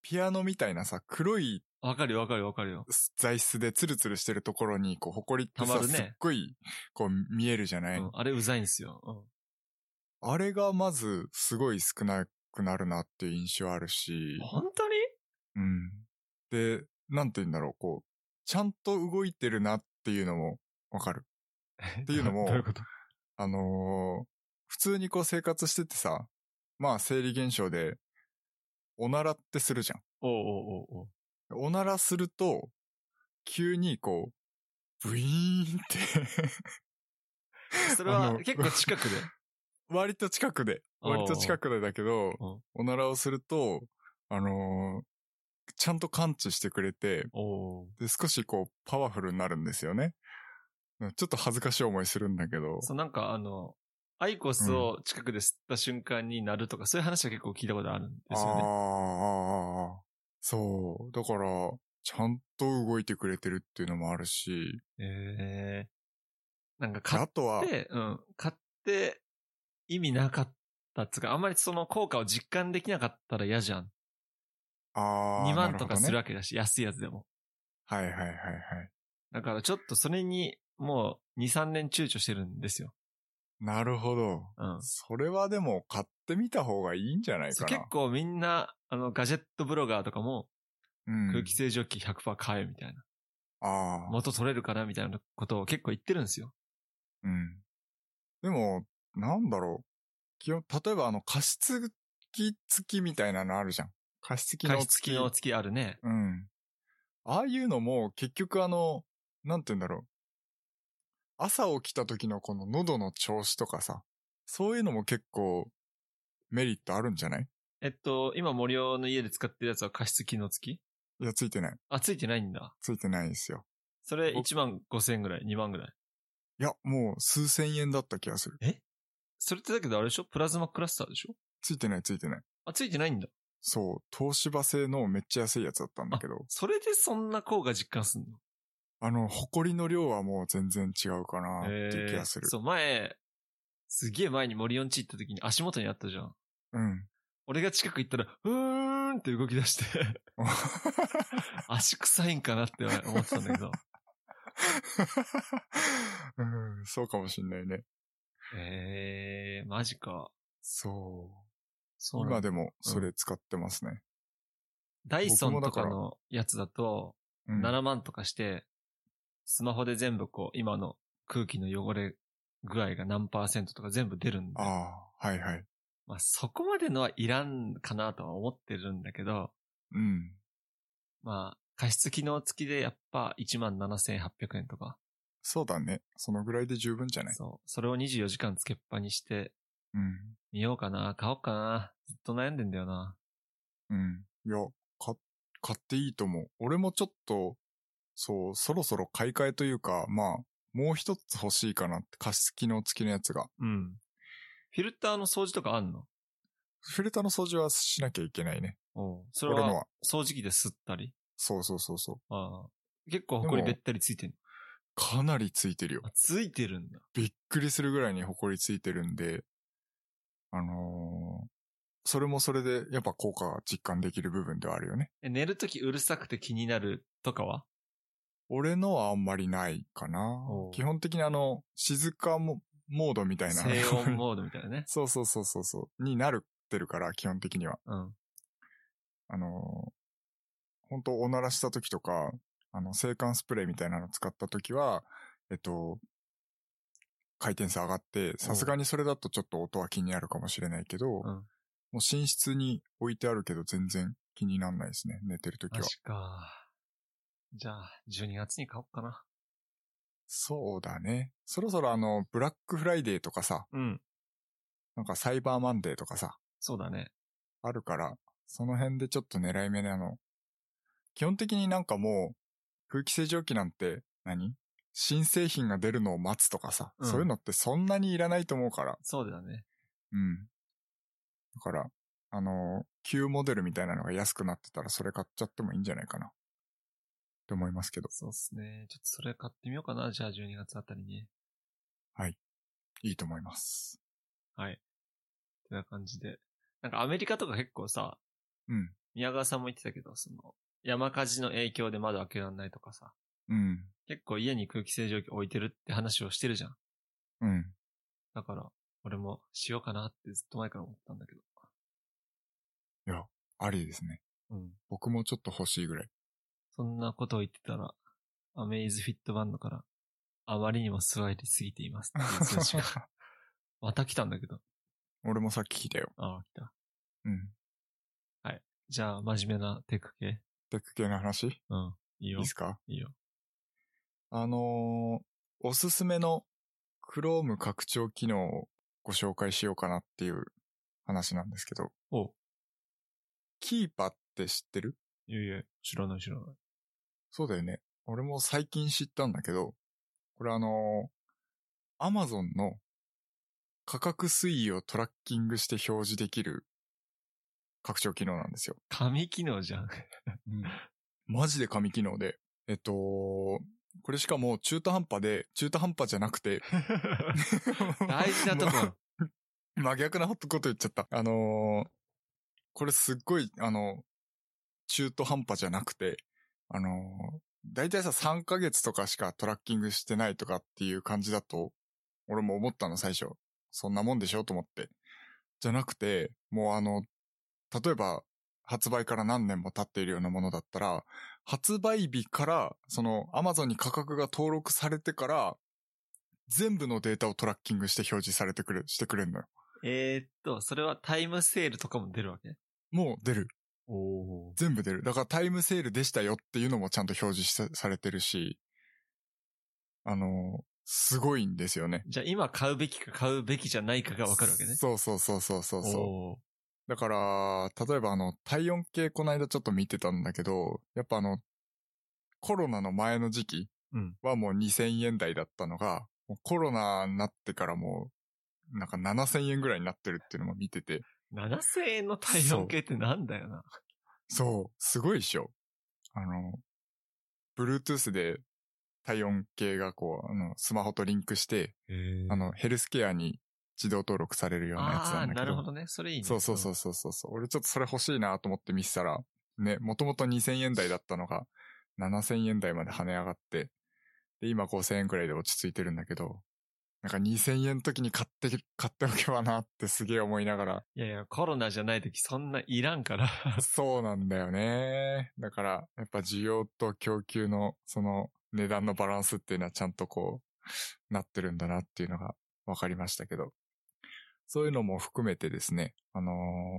Speaker 2: ピアノみたいなさ、黒い
Speaker 1: わかるよわかるよわかるよ。材
Speaker 2: 材質でツルツルしてるところに、こう、埃って
Speaker 1: 溜ま
Speaker 2: さ、
Speaker 1: るね
Speaker 2: すっごい、こう、見えるじゃない、
Speaker 1: うん、あれうざいんですよ。うん。
Speaker 2: あれがまず、すごい少なくなるなっていう印象あるし。
Speaker 1: 本当に
Speaker 2: うん。で、なんて言うんだろう、こう、ちゃんと動いてるなっていうのも、わ かる。っていうのも
Speaker 1: どういうこと
Speaker 2: あのー普通にこう生活しててさ、まあ生理現象で、おならってするじゃん。
Speaker 1: おうおうおうおう
Speaker 2: おならすると、急にこう、ブイーンって、
Speaker 1: それ
Speaker 2: あ
Speaker 1: は
Speaker 2: の
Speaker 1: 結構近くで。
Speaker 2: 割と近くで、
Speaker 1: おう
Speaker 2: 割と近くでだけど、
Speaker 1: おう
Speaker 2: おならをすると、あのーちゃんと感知してくれて、
Speaker 1: おう
Speaker 2: で、少しこう、パワフルになるんですよね。ちょっと恥ずかしい思いするんだけど。
Speaker 1: そう、なんかあの、アイコスを近くで吸った瞬間になるとか、そういう話は結構聞いたことあるんですよ
Speaker 2: あー
Speaker 1: ね。
Speaker 2: あー、あーそう。だから、ちゃんと動いてくれてるっていうのもあるし、
Speaker 1: えー、なんか買
Speaker 2: あ
Speaker 1: っ
Speaker 2: とは、
Speaker 1: て、うん、買って意味なかったっつうか、あんまりその効果を実感できなかったら嫌じゃん。
Speaker 2: ああ、
Speaker 1: 2万とかする
Speaker 2: な
Speaker 1: わけだし、安いやつでも。
Speaker 2: ほどねはいはいはいはい。
Speaker 1: だからちょっとそれにもう2、3年躊躇してるんですよ。
Speaker 2: なるほど。
Speaker 1: うん。
Speaker 2: それはでも買ってみた方がいいんじゃない
Speaker 1: そ
Speaker 2: か
Speaker 1: う
Speaker 2: な。
Speaker 1: 結構みんな、あの、ガジェットブロガーとかも
Speaker 2: うん、
Speaker 1: 空気清浄機100%買えみたいな。
Speaker 2: ああ、
Speaker 1: 元取れるかなみたいなことを結構言ってるんですよ。
Speaker 2: うん。でも、なんだろう。基本、例えばあの、加湿器付きみたいなのあるじゃん。加湿器の
Speaker 1: 加
Speaker 2: 付
Speaker 1: 湿
Speaker 2: き。
Speaker 1: 器の月あるね。
Speaker 2: うん。ああいうのも、結局あの、なんて言うんだろう。朝起きた時のこの喉の調子とかさ、そういうのも結構メリットあるんじゃない
Speaker 1: えっと、今森尾の家で使ってるやつは加湿器の月
Speaker 2: いや、ついてない。
Speaker 1: あ、ついてないんだ。
Speaker 2: ついてないんですよ。
Speaker 1: それ
Speaker 2: お
Speaker 1: 1万5千円ぐらい、2万ぐらい。
Speaker 2: いや、もう数千円だった気がする。
Speaker 1: それってだけどあれでしょプラズマクラスターでしょ
Speaker 2: ついてない、ついてない。
Speaker 1: あ、ついてないんだ。
Speaker 2: そう、東芝製のめっちゃ安いやつだったんだけど、
Speaker 1: それでそんな効果実感すんの
Speaker 2: あの、埃の量はもう全然違うかなっていう気がする
Speaker 1: えー。そう、前、すげえ前に森オンチ行った時に足元にあったじゃん。
Speaker 2: うん。
Speaker 1: 俺が近く行ったら、うーんって動き出して、足臭いんかなって思ってたんだけ ど。
Speaker 2: うん、そうかもしんないね。
Speaker 1: ええー、マジか。
Speaker 2: そう。
Speaker 1: そうな
Speaker 2: 今
Speaker 1: んだ
Speaker 2: でもそれ使ってますね。
Speaker 1: ダイソンとか
Speaker 2: 僕
Speaker 1: のやつだと、
Speaker 2: うん。
Speaker 1: 7万とかして、スマホで全部こう、今の空気の汚れ具合が何パーセントとか全部出るんで、
Speaker 2: ああ、はいはい。
Speaker 1: まあそこまでのはいらんかなとは思ってるんだけど、
Speaker 2: うん。
Speaker 1: まあ、加湿機能付きでやっぱ17,800円とか、
Speaker 2: そうだね。そのぐらいで十分じゃない
Speaker 1: そう、それを24時間つけっぱにして、
Speaker 2: うん。
Speaker 1: 見ようかな、買おうかな、ずっと悩んでんだよな。
Speaker 2: うん。いや、か、買っていいと思う。俺もちょっと、そう、そろそろ買い替えというか、まあ、もう一つ欲しいかなって、加湿機能付きのやつが。
Speaker 1: うん。フィルターの掃除とかあんの
Speaker 2: フィルターの掃除はしなきゃいけないね。
Speaker 1: おうそれ
Speaker 2: 俺の
Speaker 1: は
Speaker 2: は。
Speaker 1: 掃除機で吸ったり。
Speaker 2: そうそうそうそう。
Speaker 1: ああ結構埃べったりついてる
Speaker 2: かなりついてるよ。
Speaker 1: あ、ついてるんだ。
Speaker 2: びっくりするぐらいに埃ついてるんで、あのーそれもそれでやっぱ効果が実感できる部分ではあるよね。
Speaker 1: え寝るときうるさくて気になるとかは
Speaker 2: 俺のはあんまりないかな
Speaker 1: おう。
Speaker 2: 基本的にあの、静かモモードみたいな。
Speaker 1: 静音モードみたいなね。
Speaker 2: そうそうそうそうそう。になるってるから、基本的には。
Speaker 1: うん。
Speaker 2: あのー本当おならした時とか、あの、静観スプレーみたいなの使った時は、えっと、回転数上がって、さすがにそれだとちょっと音は気になるかもしれないけ
Speaker 1: う
Speaker 2: ど、
Speaker 1: ん
Speaker 2: もう寝室に置いてあるけど全然気にならないですね、寝てる時
Speaker 1: マ
Speaker 2: は。
Speaker 1: ジか。じゃあ、12月に買おうかな。
Speaker 2: そうだね。そろそろあの、ブラックフライデーとかさ、
Speaker 1: うん。
Speaker 2: なんかサイバーマンデーとかさ、
Speaker 1: そうだね。
Speaker 2: あるから、その辺でちょっと狙い目なの。基本的になんかもう、空気清浄機なんて何新製品が出るのを待つとかさ、
Speaker 1: うん
Speaker 2: そういうのってそんなにいらないと思うから。
Speaker 1: そうだね。
Speaker 2: うん。だから、あのー旧モデルみたいなのが安くなってたらそれ買っちゃってもいいんじゃないかな。って思いますけど、
Speaker 1: そうっすね。ちょっとそれ買ってみようかな。じゃあ、12月あたりに。
Speaker 2: いいと思います。
Speaker 1: はい。ってな感じで。なんかアメリカとか結構さ、
Speaker 2: うん。
Speaker 1: 宮川さんも言ってたけど、その、山火事の影響で窓開けられないとかさ、
Speaker 2: うん。
Speaker 1: 結構家に空気清浄機置いてるって話をしてるじゃん。
Speaker 2: うん。
Speaker 1: だから、俺もしようかなってずっと前から思ったんだけど。
Speaker 2: ありですね。
Speaker 1: うん。
Speaker 2: 僕もちょっと欲しいぐらい。
Speaker 1: そんなことを言ってたら、アメイズフィットバンドから、あまりにも座りすぎていますっていう通知が。 また来たんだけど。
Speaker 2: 俺もさっき聞いたよ。
Speaker 1: ああ、来た。
Speaker 2: うん。
Speaker 1: じゃあ、真面目なテック系
Speaker 2: テック系の話い
Speaker 1: うん。いい
Speaker 2: い
Speaker 1: よ
Speaker 2: で。すか
Speaker 1: いいよ。
Speaker 2: あのーおすすめの Chrome 拡張機能をご紹介しようかなっていう話なんですけど、
Speaker 1: おう。
Speaker 2: キーパって知ってる
Speaker 1: いやいや、知らない知らない。
Speaker 2: そうだよね。俺も最近知ったんだけど、これあのー Amazon の価格推移をトラッキングして表示できる拡張機能なんですよ。
Speaker 1: 神機能 じゃん。
Speaker 2: マジで神機能で。えっと、これしかも中途半端で、中途半端じゃなくて、
Speaker 1: 大事なとこ。
Speaker 2: 真逆なこと言っちゃった。あのーこれすっごい、あの中途半端じゃなくて、あのー、だいたいさ、3ヶ月とかしかトラッキングしてないとかっていう感じだと、俺も思ったの、最初。そんなもんでしょと思って。じゃなくて、もうあの、例えば、発売から何年も経っているようなものだったら、発売日から、その、Amazon に価格が登録されてから、全部のデータをトラッキングして表示されてくる、してくれるのよ。
Speaker 1: えーっと、それはタイムセールとかも出るわけ
Speaker 2: もう出る。
Speaker 1: おお。
Speaker 2: 全部出る。だからタイムセールでしたよっていうのもちゃんと表示さされてるし、あの、すごいんですよね。
Speaker 1: じゃあ今買うべきか買うべきじゃないかがわかるわけね。
Speaker 2: そうそうそうそうそうそう。
Speaker 1: おー
Speaker 2: だから、例えばあの、体温計この間ちょっと見てたんだけど、やっぱあの、コロナの前の時期
Speaker 1: うん
Speaker 2: はもう2000円台だったのが、もうコロナになってからもう、なんか7000円ぐらいになってるっていうのも見てて、
Speaker 1: 7000円の体温計ってなんだよな。
Speaker 2: そう、すごいっしょ。あの、Bluetooth で体温計がこう、あの、スマホとリンクして、あの、ヘルスケアに自動登録されるようなやつ
Speaker 1: あ
Speaker 2: な
Speaker 1: あ
Speaker 2: んだ
Speaker 1: ー、
Speaker 2: け
Speaker 1: なるほどね。それいいね。
Speaker 2: そうそうそうそうそうそう。俺ちょっとそれ欲しいなと思って見せたら、ね、もともと2000円台だったのが、7000円台まで跳ね上がって、で、今5000円くらいで落ち着いてるんだけど、なんか2000円の時に買って、買っておけばなってすげえ思いながら、
Speaker 1: いやいや、コロナじゃない時そんないらん から。
Speaker 2: そうなんだよね。だから、やっぱ需要と供給の、その値段のバランスっていうのはちゃんとこう、なってるんだなっていうのが分かりましたけど。そういうのも含めてですね、あの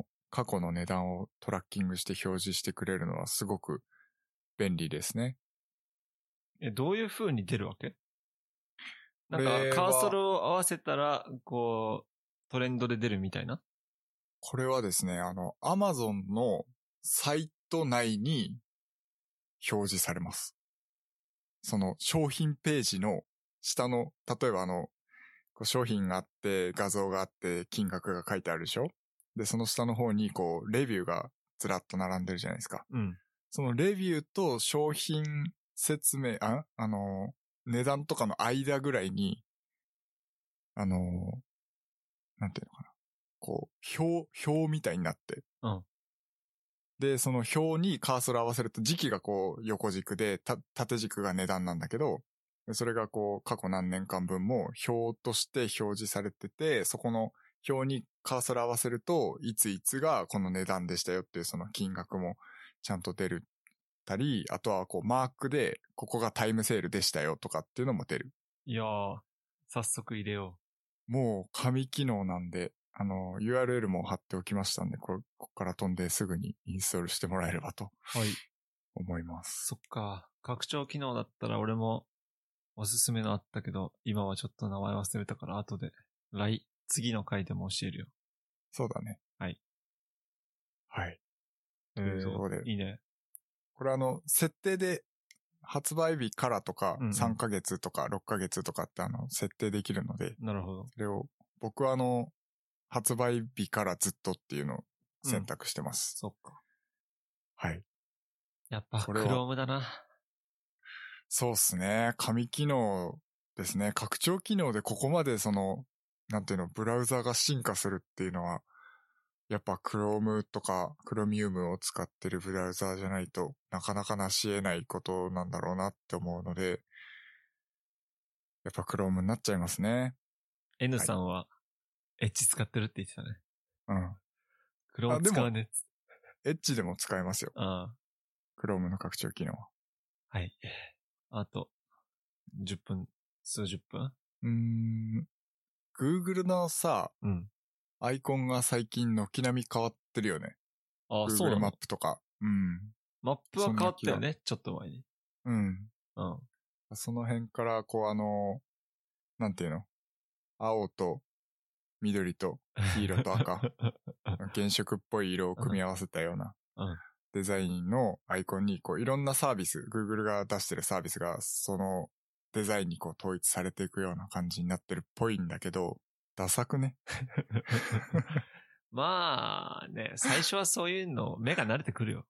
Speaker 2: ー過去の値段をトラッキングして表示してくれるのはすごく便利ですね。
Speaker 1: え、どういう風に出るわけなん
Speaker 2: これ
Speaker 1: か、
Speaker 2: は
Speaker 1: カーソルを合わせたら、こう、トレンドで出るみたいな。
Speaker 2: これはですね、あの、Amazon のサイト内に表示されます。その商品ページの下の、例えばあの、こう商品があって、画像があって、金額が書いてあるでしょで、その下の方にこう、レビューがずらっと並んでるじゃないですか。
Speaker 1: うん。
Speaker 2: そのレビューと商品説明、あ、あの、値段とかの間ぐらいに、あの、なんていうのかな。こう、表、表みたいになって。
Speaker 1: うん
Speaker 2: で、その表にカーソル合わせると時期がこう横軸で、た、縦軸が値段なんだけど、でそれがこう過去何年間分も表として表示されてて、そこの表にカーソル合わせると、いついつがこの値段でしたよっていうその金額もちゃんと出るたり、あとはこうマークで、ここがタイムセールでしたよとかっていうのも出る。
Speaker 1: いやー、早速入れよ
Speaker 2: もう紙機能なんで、あの、URL も貼っておきましたんで、これ、ここから飛んですぐにインストールしてもらえればと
Speaker 1: う。はい。
Speaker 2: 思います。
Speaker 1: そっか。拡張機能だったら俺もおすすめのあったけど、今はちょっと名前忘れたから後で、来、次の回でも教えるよ。
Speaker 2: そうだね。
Speaker 1: はい。
Speaker 2: はい。というところで、
Speaker 1: いいね。
Speaker 2: これあの、設定で、発売日からとか、
Speaker 1: うんうん
Speaker 2: 3ヶ月とか6ヶ月とかってあの、設定できるので、
Speaker 1: なるほど。
Speaker 2: それを、僕はあの、発売日からずっとっていうのを選択してます。
Speaker 1: そっか。
Speaker 2: はい。
Speaker 1: やっぱ、
Speaker 2: こ
Speaker 1: ク
Speaker 2: れは
Speaker 1: ロームだな。
Speaker 2: そうっすね。紙機能ですね。拡張機能でここまでその、なんていうの、ブラウザが進化するっていうのは、やっぱ Chrome とか Chromium を使ってるブラウザじゃないとなかなか成し得ないことなんだろうなって思うので、やっぱ Chrome になっちゃいますね。
Speaker 1: N さんは、エッジ使ってるって言ってたね。
Speaker 2: うん。
Speaker 1: クロー
Speaker 2: あ
Speaker 1: ム
Speaker 2: でも
Speaker 1: 使わねえっつって
Speaker 2: エッジでも使えますよ。
Speaker 1: ああ
Speaker 2: Chrome の拡張機能は。
Speaker 1: はい。あと、10分、数十分
Speaker 2: うーん。Google のさ、
Speaker 1: うん。
Speaker 2: アイコンが最近軒並み変わってるよね。
Speaker 1: ああ、そう
Speaker 2: Google
Speaker 1: な
Speaker 2: マ
Speaker 1: の
Speaker 2: ップとか。うん。
Speaker 1: マップは変わったよね、ちょっと前に。
Speaker 2: うん。
Speaker 1: うん。
Speaker 2: その辺から、こう、あの、なんていうの青と緑と黄色 と赤、原色っぽい色を組み合わせたような
Speaker 1: うん
Speaker 2: デザインのアイコンに、こう、いろんなサービス、Google が出してるサービスが、そのデザインにこう統一されていくような感じになってるっぽいんだけど、ダサくね。
Speaker 1: まあね、最初はそういうの、目が慣れてくるよ。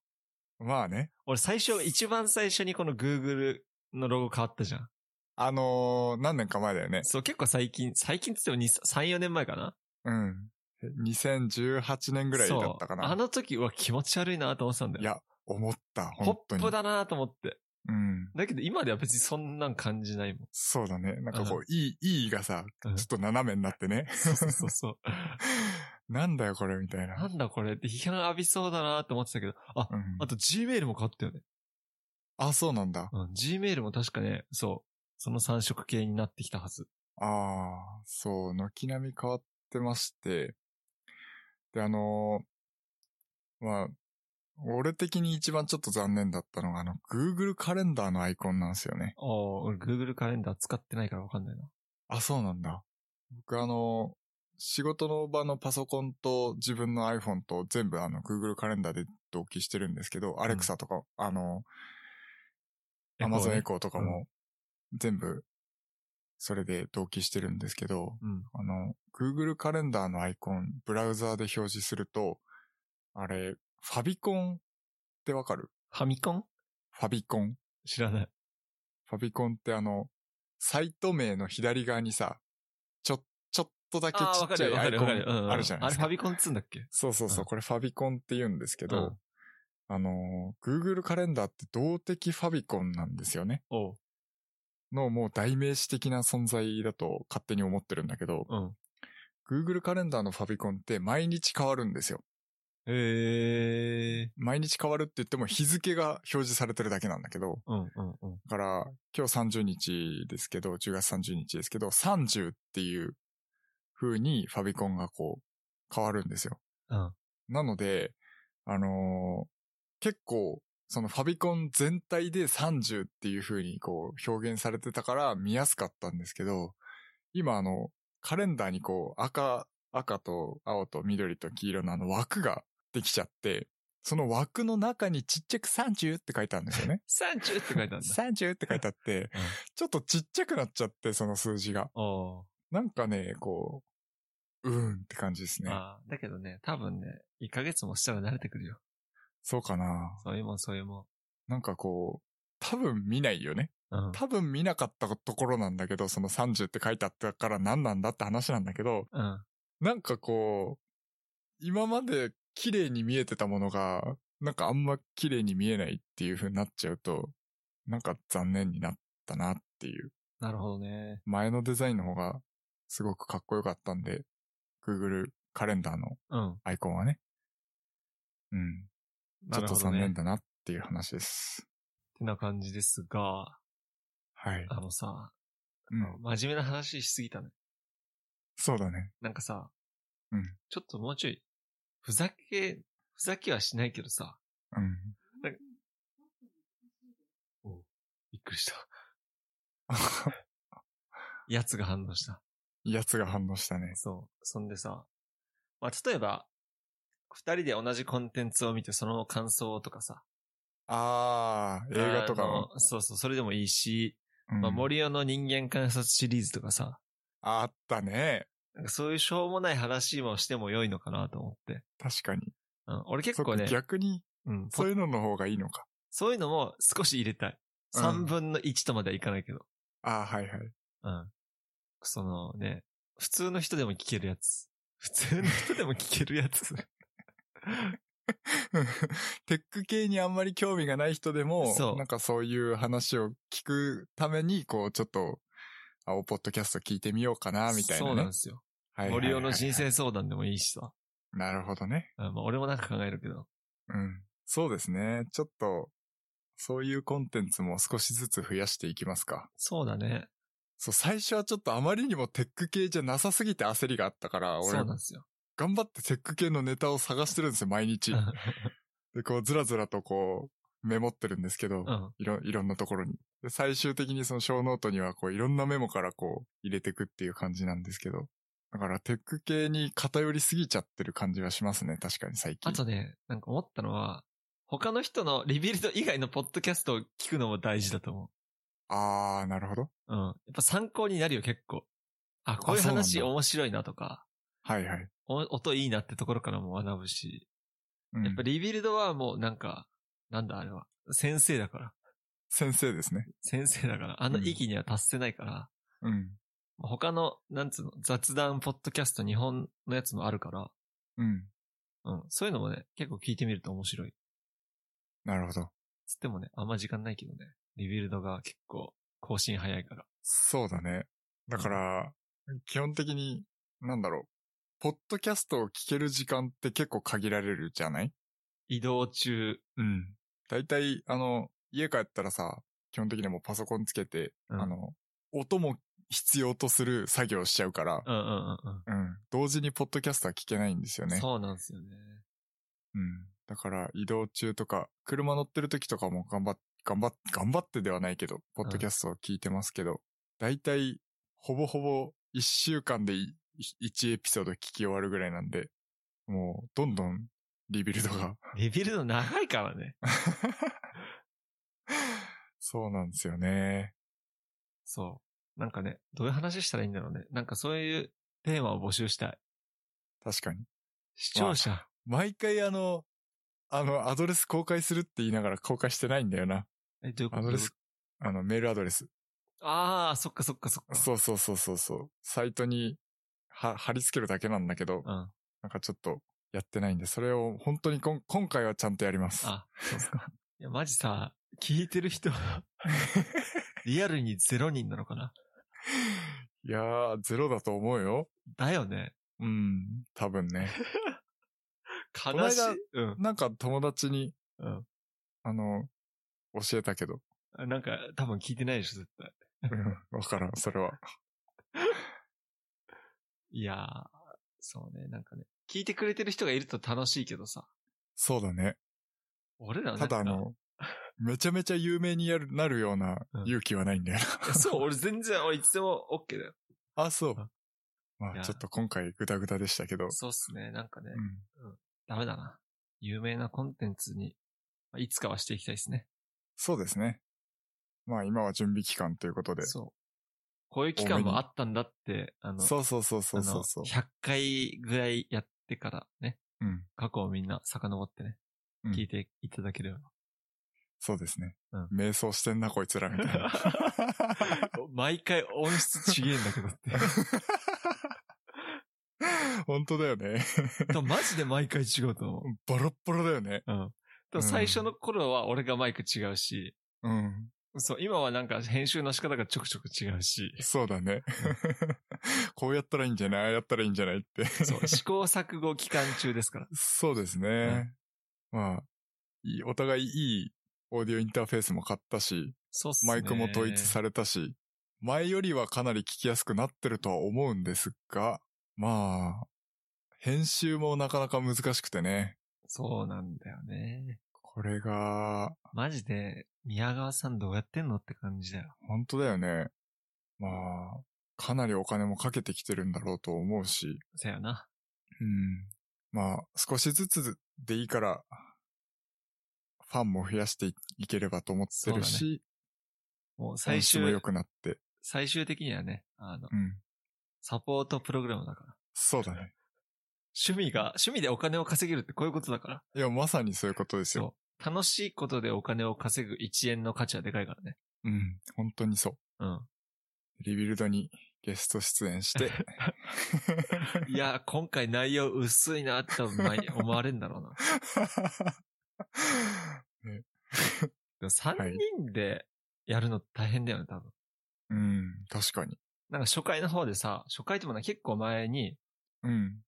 Speaker 2: まあね。
Speaker 1: 俺最初、一番最初にこの Google のロゴ変わったじゃん。
Speaker 2: あのー何年か前だよね。
Speaker 1: そう、結構最近、最近って言っても2 3、4年前かな
Speaker 2: うん。2018年ぐらいだったか
Speaker 1: そうあ
Speaker 2: な。
Speaker 1: の時は気持ち悪いなと思ってたんだよ。
Speaker 2: いや、思った、
Speaker 1: ポ
Speaker 2: 本当
Speaker 1: ッ
Speaker 2: に。
Speaker 1: プだなと思って。
Speaker 2: うん。
Speaker 1: だけど今では別にそんなん感じないもん。
Speaker 2: そうだね。なんかこ
Speaker 1: う
Speaker 2: う、いい、いいがさ、ち
Speaker 1: う
Speaker 2: ょ
Speaker 1: ん
Speaker 2: っと斜めになってね。
Speaker 1: そうそうそうそう。
Speaker 2: なんだよこれみた い
Speaker 1: な
Speaker 2: な。
Speaker 1: んだこれって批判浴びそうだなと思ってたけど、あ、
Speaker 2: うん
Speaker 1: あと Gmail も変わったよね。
Speaker 2: あ、そうなんだ。
Speaker 1: うん、Gmail も確かね、そう、その3色系になってきたはず。
Speaker 2: ああ、そう、軒並み変わってまして、で、あのーまあ、俺的に一番ちょっと残念だったのが、あの、Google カレンダーのアイコンなんですよね。
Speaker 1: ああ、俺 Google カレンダー使ってないからわかんないな。
Speaker 2: あ、そうなんだ。僕あの、仕事の場のパソコンと自分の iPhone と全部あの Google カレンダーで同期してるんですけど、Alexa とか、あの、Amazon
Speaker 1: ね
Speaker 2: Echo とかも全部それで同期してるんですけど、
Speaker 1: うん。
Speaker 2: あの、Google カレンダーのアイコン、ブラウザーで表示すると、あれ、ファビコンってわかる
Speaker 1: ファミコン
Speaker 2: ファビコン。
Speaker 1: 知らない。
Speaker 2: ファビコンってあの、サイト名の左側にさ、ちょ、ちょっとだけち
Speaker 1: ああ、わ
Speaker 2: っ
Speaker 1: か
Speaker 2: ちゃ
Speaker 1: る
Speaker 2: い
Speaker 1: よ、わ
Speaker 2: ア
Speaker 1: か
Speaker 2: イ
Speaker 1: るよ、
Speaker 2: コ
Speaker 1: わかるよ。
Speaker 2: ンあるじゃないですか。
Speaker 1: うんうんあれファビコンっつうんだっけ
Speaker 2: そうそうそうう、
Speaker 1: ん
Speaker 2: これファビコンって言うんですけど、あの、Google カレンダーって動的ファビコンなんですよね。
Speaker 1: おう。
Speaker 2: のもう代名詞的な存在だと勝手に思ってるんだけど、
Speaker 1: うん。
Speaker 2: Google カレンダーのファビコンって毎日変わるんですよ。
Speaker 1: へえ。
Speaker 2: 毎日変わるって言っても日付が表示されてるだけなんだけど、
Speaker 1: うんうんうん。
Speaker 2: だから今日30日ですけど、10月30日ですけど、30っていう風にファビコンがこう変わるんですよ。
Speaker 1: うん。
Speaker 2: なので、あのー結構そのファビコン全体で30っていう風にこう表現されてたから見やすかったんですけど、今あのカレンダーにこう赤、赤と青と緑と黄色のあの枠ができちゃって、その枠の中にちっちゃく30って書いてあるんですよね。
Speaker 1: 30って書いてあるんだ。
Speaker 2: 30って書いて あって、ちょっとちっちゃくなっちゃって、その数字が。
Speaker 1: おう
Speaker 2: なんかね、こう、うーんって感じですね。
Speaker 1: まあ、だけどね、多分ね、1ヶ月もしたら慣れてくるよ。
Speaker 2: そうかな。
Speaker 1: そういうもん、そういうも
Speaker 2: なんかこう、多分見ないよね。
Speaker 1: ん。うん。
Speaker 2: 多分見なかったところなんだけど、その30って書いてあったから何なんだって話なんだけど、
Speaker 1: うん。
Speaker 2: なんかこう、今まで綺麗に見えてたものが、なんかあんま綺麗に見えないっていう風になっちゃうと、なんか残念になったなっていう。
Speaker 1: なるほどね。
Speaker 2: 前のデザインの方がすごくかっこよかったんで、Google カレンダーの
Speaker 1: うん。
Speaker 2: アイコンはね。うん。
Speaker 1: な
Speaker 2: ちょっ
Speaker 1: る
Speaker 2: と
Speaker 1: ほど
Speaker 2: 残念
Speaker 1: ね。
Speaker 2: だなっていう話です。
Speaker 1: ってな感じですが、
Speaker 2: はい。
Speaker 1: あのさ、
Speaker 2: うん。
Speaker 1: 真面目な話しすぎたね。
Speaker 2: そうだね。
Speaker 1: なんかさ、
Speaker 2: うん
Speaker 1: ちょっともうちょい、ふざけ、ふざけはしないけどさ、
Speaker 2: うん。
Speaker 1: びっくりした。 やつが反応した。
Speaker 2: やつが反応したね。
Speaker 1: そう。そんでさ、まあ、例えば、二人で同じコンテンツを見てその感想とかさ、
Speaker 2: あー、映画とかの。
Speaker 1: あのそうそう、それでもいいし、
Speaker 2: うん
Speaker 1: まあ、森尾の人間観察シリーズとかさ、
Speaker 2: あったね。
Speaker 1: なんかそういうしょうもない話もしても良いのかなと思って。
Speaker 2: 確かに。
Speaker 1: うん、俺結構ね
Speaker 2: そっか、逆に、
Speaker 1: うん、ポ
Speaker 2: そういうのの方がいいのか。
Speaker 1: そういうのも少し入れたい。
Speaker 2: うん
Speaker 1: 3分の1とまではいかないけど。
Speaker 2: あー、はいはい。
Speaker 1: うん。そのね、普通の人でも聞けるやつ。普通の人でも聞けるや つ。
Speaker 2: テック系にあんまり興味がない人でも、
Speaker 1: そう
Speaker 2: なんかそういう話を聞くために、こう、ちょっと、青ポッドキャスト聞いてみようかな、みたいなね。
Speaker 1: そうなんですよ。
Speaker 2: はいはいはい
Speaker 1: 森尾の人生相談でもいいしさ。
Speaker 2: なるほどね。
Speaker 1: うんまあ、俺もなんか考えるけど。
Speaker 2: うん。そうですね。ちょっと、そういうコンテンツも少しずつ増やしていきますか。
Speaker 1: そうだね。
Speaker 2: そう、最初はちょっとあまりにもテック系じゃなさすぎて焦りがあったから、
Speaker 1: そう
Speaker 2: 俺
Speaker 1: なん、ですよ。
Speaker 2: 頑張ってテック系のネタを探してるんですよ、毎日
Speaker 1: う。ん
Speaker 2: で、こう、ずらずらとこう、メモってるんですけど、
Speaker 1: うん。
Speaker 2: いろ、いろんなところに。で、最終的にその小ノートには、こう、いろんなメモからこう、入れてくっていう感じなんですけど。だから、テック系に偏りすぎちゃってる感じはしますね、確かに最近。
Speaker 1: あとね、なんか思ったのは、他の人のリビルド以外のポッドキャストを聞くのも大事だと思
Speaker 2: あー、なるほど。
Speaker 1: う。うん。やっぱ参考になるよ、結構。あ、こういう
Speaker 2: あそうなんだ
Speaker 1: 話面白いなとか、
Speaker 2: はいはい。
Speaker 1: お音いいなってところからも学ぶし、
Speaker 2: うん
Speaker 1: やっぱリビルドはもうなんか、なんだあれは、先生だから。
Speaker 2: 先生ですね。
Speaker 1: 先生だから、あの域には達せないから、
Speaker 2: うん。
Speaker 1: 他の、なんつうの、雑談ポッドキャスト日本のやつもあるから、
Speaker 2: うん。
Speaker 1: うん、そういうのもね、結構聞いてみると面白い。
Speaker 2: なるほど。
Speaker 1: つってもね、あんま時間ないけどね、リビルドが結構更新早いから。
Speaker 2: そうだね。だから、基本的に、なんだろう。ポッドキャストを聞ける時間って結構限られるじゃない
Speaker 1: 移動中、
Speaker 2: うん。大体、あの、家帰ったらさ、基本的にはもうパソコンつけて、
Speaker 1: うん
Speaker 2: あの、音も必要とする作業をしちゃうから、
Speaker 1: うんうんうんうん。
Speaker 2: うん。同時にポッドキャストは聞けないんですよね。
Speaker 1: そうなんですよね。
Speaker 2: うん。だから移動中とか、車乗ってる時とかも頑張っ、頑張っ、頑張ってではないけど、ポッドキャストを聞いてますけど、だいたいほぼほぼ1週間でい1エピソード聞き終わるぐらいなんで、もうどんどんリビルドが。
Speaker 1: レビルド長いからね。
Speaker 2: そうなんですよね。
Speaker 1: そう。なんかね、どういう話したらいいんだろうね。なんかそういうテーマを募集したい。
Speaker 2: 確かに。
Speaker 1: 視聴者。
Speaker 2: 毎回あの、あの、アドレス公開するって言いながら公開してないんだよな。
Speaker 1: え、どういうこ
Speaker 2: ア
Speaker 1: と
Speaker 2: ドレス、あの、メールアドレス。
Speaker 1: ああ、そっかそっかそっか。
Speaker 2: そうそうそうそうそう。サイトには貼り付けるだけなんだけど、
Speaker 1: うん。
Speaker 2: なんかちょっとやってないんで、それを本当にこん今回はちゃんとやります。
Speaker 1: あ、そうっすか。いや、マジさ、聞いてる人 は、リアルにゼロ人なのかない
Speaker 2: やー、ゼロだと思うよ。
Speaker 1: だよね。
Speaker 2: うん、多 分ね。
Speaker 1: 悲しい
Speaker 2: この間。
Speaker 1: うん。
Speaker 2: なんか友達に、
Speaker 1: うん
Speaker 2: あの、教え たけど、
Speaker 1: あ。なんか、多分聞いてないでしょ、絶対。
Speaker 2: うんわからん、それは。
Speaker 1: いやー、そうね、なんかね。聞いてくれてる人がいると楽しいけどさ。
Speaker 2: そうだね。
Speaker 1: 俺らなん
Speaker 2: た
Speaker 1: か
Speaker 2: だあの、めちゃめちゃ有名にやるなるような
Speaker 1: うん
Speaker 2: 勇気はないんだよ
Speaker 1: いやそう、俺全然、俺いつでも OK だよ。
Speaker 2: な。あ、 そう
Speaker 1: あ。い
Speaker 2: ま
Speaker 1: や
Speaker 2: あちょっと今回グダグダでしたけど、
Speaker 1: そうっすね、なんかね
Speaker 2: う、ん、
Speaker 1: ダメだな。有名なコンテンツに、まあいつかはしていきたいですね。
Speaker 2: そうですね。まあ今は準備期間ということで。そ
Speaker 1: そう。こういう期間もあったんだって、あの、
Speaker 2: うそうそうそうそうそ
Speaker 1: あ
Speaker 2: う。
Speaker 1: の100回ぐらいやってからね、
Speaker 2: うん。
Speaker 1: 過去をみんな遡ってね、
Speaker 2: うん
Speaker 1: 聞いていただければ。
Speaker 2: そうですね。
Speaker 1: うん
Speaker 2: 瞑想してんな、こいつら、みたいな。
Speaker 1: 毎回音質ちげえんだけど って。
Speaker 2: 本当だよね。
Speaker 1: でもマジで毎回違うと思う。
Speaker 2: ボロッボロだよね。
Speaker 1: うん。でも最初の頃は俺がマイク違うし、
Speaker 2: うん。
Speaker 1: そう、今はなんか編集の仕方がちょくちょく違うし、
Speaker 2: そうだね。 こうやったらいいんじゃないああやったらいいんじゃないって。
Speaker 1: そう、試行錯誤期間中ですから。
Speaker 2: そうですね。まあ、いいお互いいいオーディオインターフェースも買ったし、
Speaker 1: そうっすね。
Speaker 2: マイクも統一されたし、前よりはかなり聞きやすくなってるとは思うんですが、まあ、編集もなかなか難しくてね。
Speaker 1: そうなんだよね。
Speaker 2: これが、
Speaker 1: マジで、宮川さんどうやってんのって感じだよ。
Speaker 2: 本当だよね。まあ、かなりお金もかけてきてるんだろうと思うし、
Speaker 1: せやな。
Speaker 2: うん。まあ、少しずつでいいから、ファンも増やしていいければと思ってるし、
Speaker 1: もう最
Speaker 2: 最終も
Speaker 1: 終
Speaker 2: 良、くなって、
Speaker 1: 最終的にはね、あの、
Speaker 2: うん。
Speaker 1: サポートプログラムだから。
Speaker 2: そうだね。
Speaker 1: 趣味が、趣味でお金を稼げるってこういうことだから。
Speaker 2: いや、まさにそういうことですよ。
Speaker 1: そう。楽しいことでお金を稼ぐ1円の価値はでかいからね。
Speaker 2: うん。本当にそう。
Speaker 1: うん。
Speaker 2: リビルドにゲスト出演 して、
Speaker 1: いや、今回内容薄いなって多分毎思われるんだろうな。
Speaker 2: ね
Speaker 1: でも3人でやるの大変だよね、多分。
Speaker 2: うん、確かに。
Speaker 1: なんか初回の方でさ、初回ってもな結構前に、
Speaker 2: うん。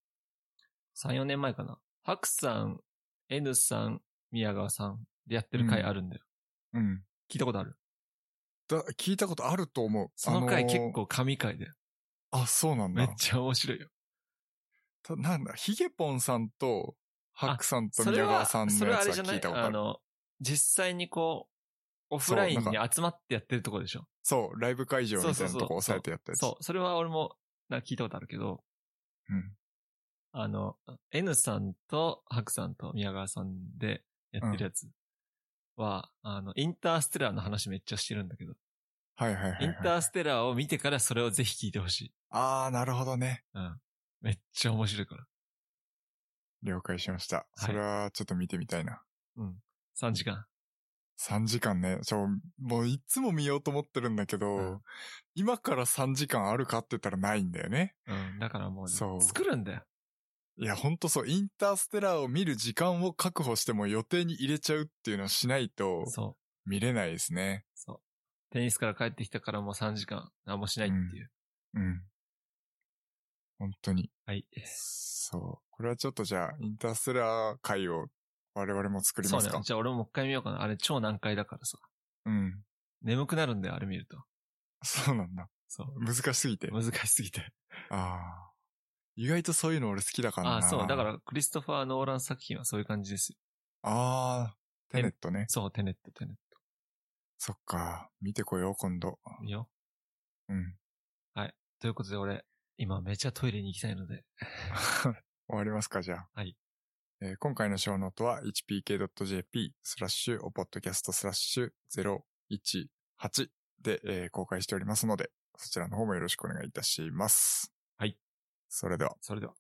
Speaker 1: 3、4年前かな。ハクさん、N さん、宮川さんでやってる回あるんだよ。
Speaker 2: うん。
Speaker 1: 聞いたことある
Speaker 2: だ、聞いたことあると思う。
Speaker 1: その回
Speaker 2: あー
Speaker 1: 結構神回で。
Speaker 2: あ、そうなん
Speaker 1: めっ
Speaker 2: だ。
Speaker 1: ちゃ面白いよ。
Speaker 2: たなんだ、ヒゲポンさんと、ハックさんと宮川さん
Speaker 1: そ
Speaker 2: の
Speaker 1: れ
Speaker 2: や
Speaker 1: はあ
Speaker 2: つ
Speaker 1: れ
Speaker 2: は
Speaker 1: じゃな
Speaker 2: 聞い
Speaker 1: い
Speaker 2: たことあ
Speaker 1: あ
Speaker 2: る。
Speaker 1: の、実際にこう、オフライン
Speaker 2: そう
Speaker 1: に集まってやってるとこでしょ。
Speaker 2: そう、ライブ会場みた
Speaker 1: そう
Speaker 2: い
Speaker 1: そう
Speaker 2: な
Speaker 1: そう
Speaker 2: とこ押さえてやったやつ。
Speaker 1: そう、それは俺もなんか聞いたことあるけど、
Speaker 2: うん。
Speaker 1: あの、N さんとハクさんと宮川さんでやってるやつは、あの、インターステラーの話めっちゃしてるんだけど、
Speaker 2: はいはいはい
Speaker 1: イ
Speaker 2: は
Speaker 1: ン
Speaker 2: い。
Speaker 1: ターステラーを見てからそれをぜひ聞いてほしい。
Speaker 2: あー、なるほどね。
Speaker 1: うん。めっちゃ面白いから。
Speaker 2: 了解しました。
Speaker 1: い
Speaker 2: それはちょっと見てみたいな。
Speaker 1: 3時間。
Speaker 2: 3時間ね。ちょ、もういつも見ようと思ってるんだけど、
Speaker 1: うん
Speaker 2: 今から3時間あるかって言ったらないんだよね。
Speaker 1: うん。だからもう、
Speaker 2: そう
Speaker 1: 作るんだよ。
Speaker 2: いや、ほんとそう、インターステラーを見る時間を確保しても予定に入れちゃうっていうのをしないと
Speaker 1: そう。
Speaker 2: 見れないですね。
Speaker 1: そう。テニスから帰ってきたからもう3時間何もしないっていう。
Speaker 2: うん。本当に。
Speaker 1: はい。
Speaker 2: そう。これはちょっとじゃあ、インターステラー会を我々も作り
Speaker 1: そ
Speaker 2: ま
Speaker 1: う
Speaker 2: す
Speaker 1: ね
Speaker 2: か。。
Speaker 1: じゃあ俺ももう一回見ようかな。あれ超難解だからさ。
Speaker 2: うん。
Speaker 1: 眠くなるんだよ、あれ見ると。
Speaker 2: そうなんだ。
Speaker 1: そう。
Speaker 2: 難しすぎて。
Speaker 1: 難しすぎて。
Speaker 2: ああ。意外とそういうの俺好きだからな。
Speaker 1: ああ、そう。だか。ら、クリストファー・ノーラン作品はそういう感じですよ。
Speaker 2: ああ、テネットね。
Speaker 1: そう、テネット、テネッ
Speaker 2: そっか。見てこよう、今度。
Speaker 1: ト。いいよ。
Speaker 2: うん。
Speaker 1: ということで、俺、今めちゃトイレに行きたいので。
Speaker 2: 終わりますか、じゃあ。
Speaker 1: はい。
Speaker 2: えー今回のショーノートは hpk.jp スラッシュおポッドキャストスラッシュ018で、えー公開しておりますので、そちらの方もよろしくお願いいたします。
Speaker 1: はい。
Speaker 2: それでは。
Speaker 1: それでは。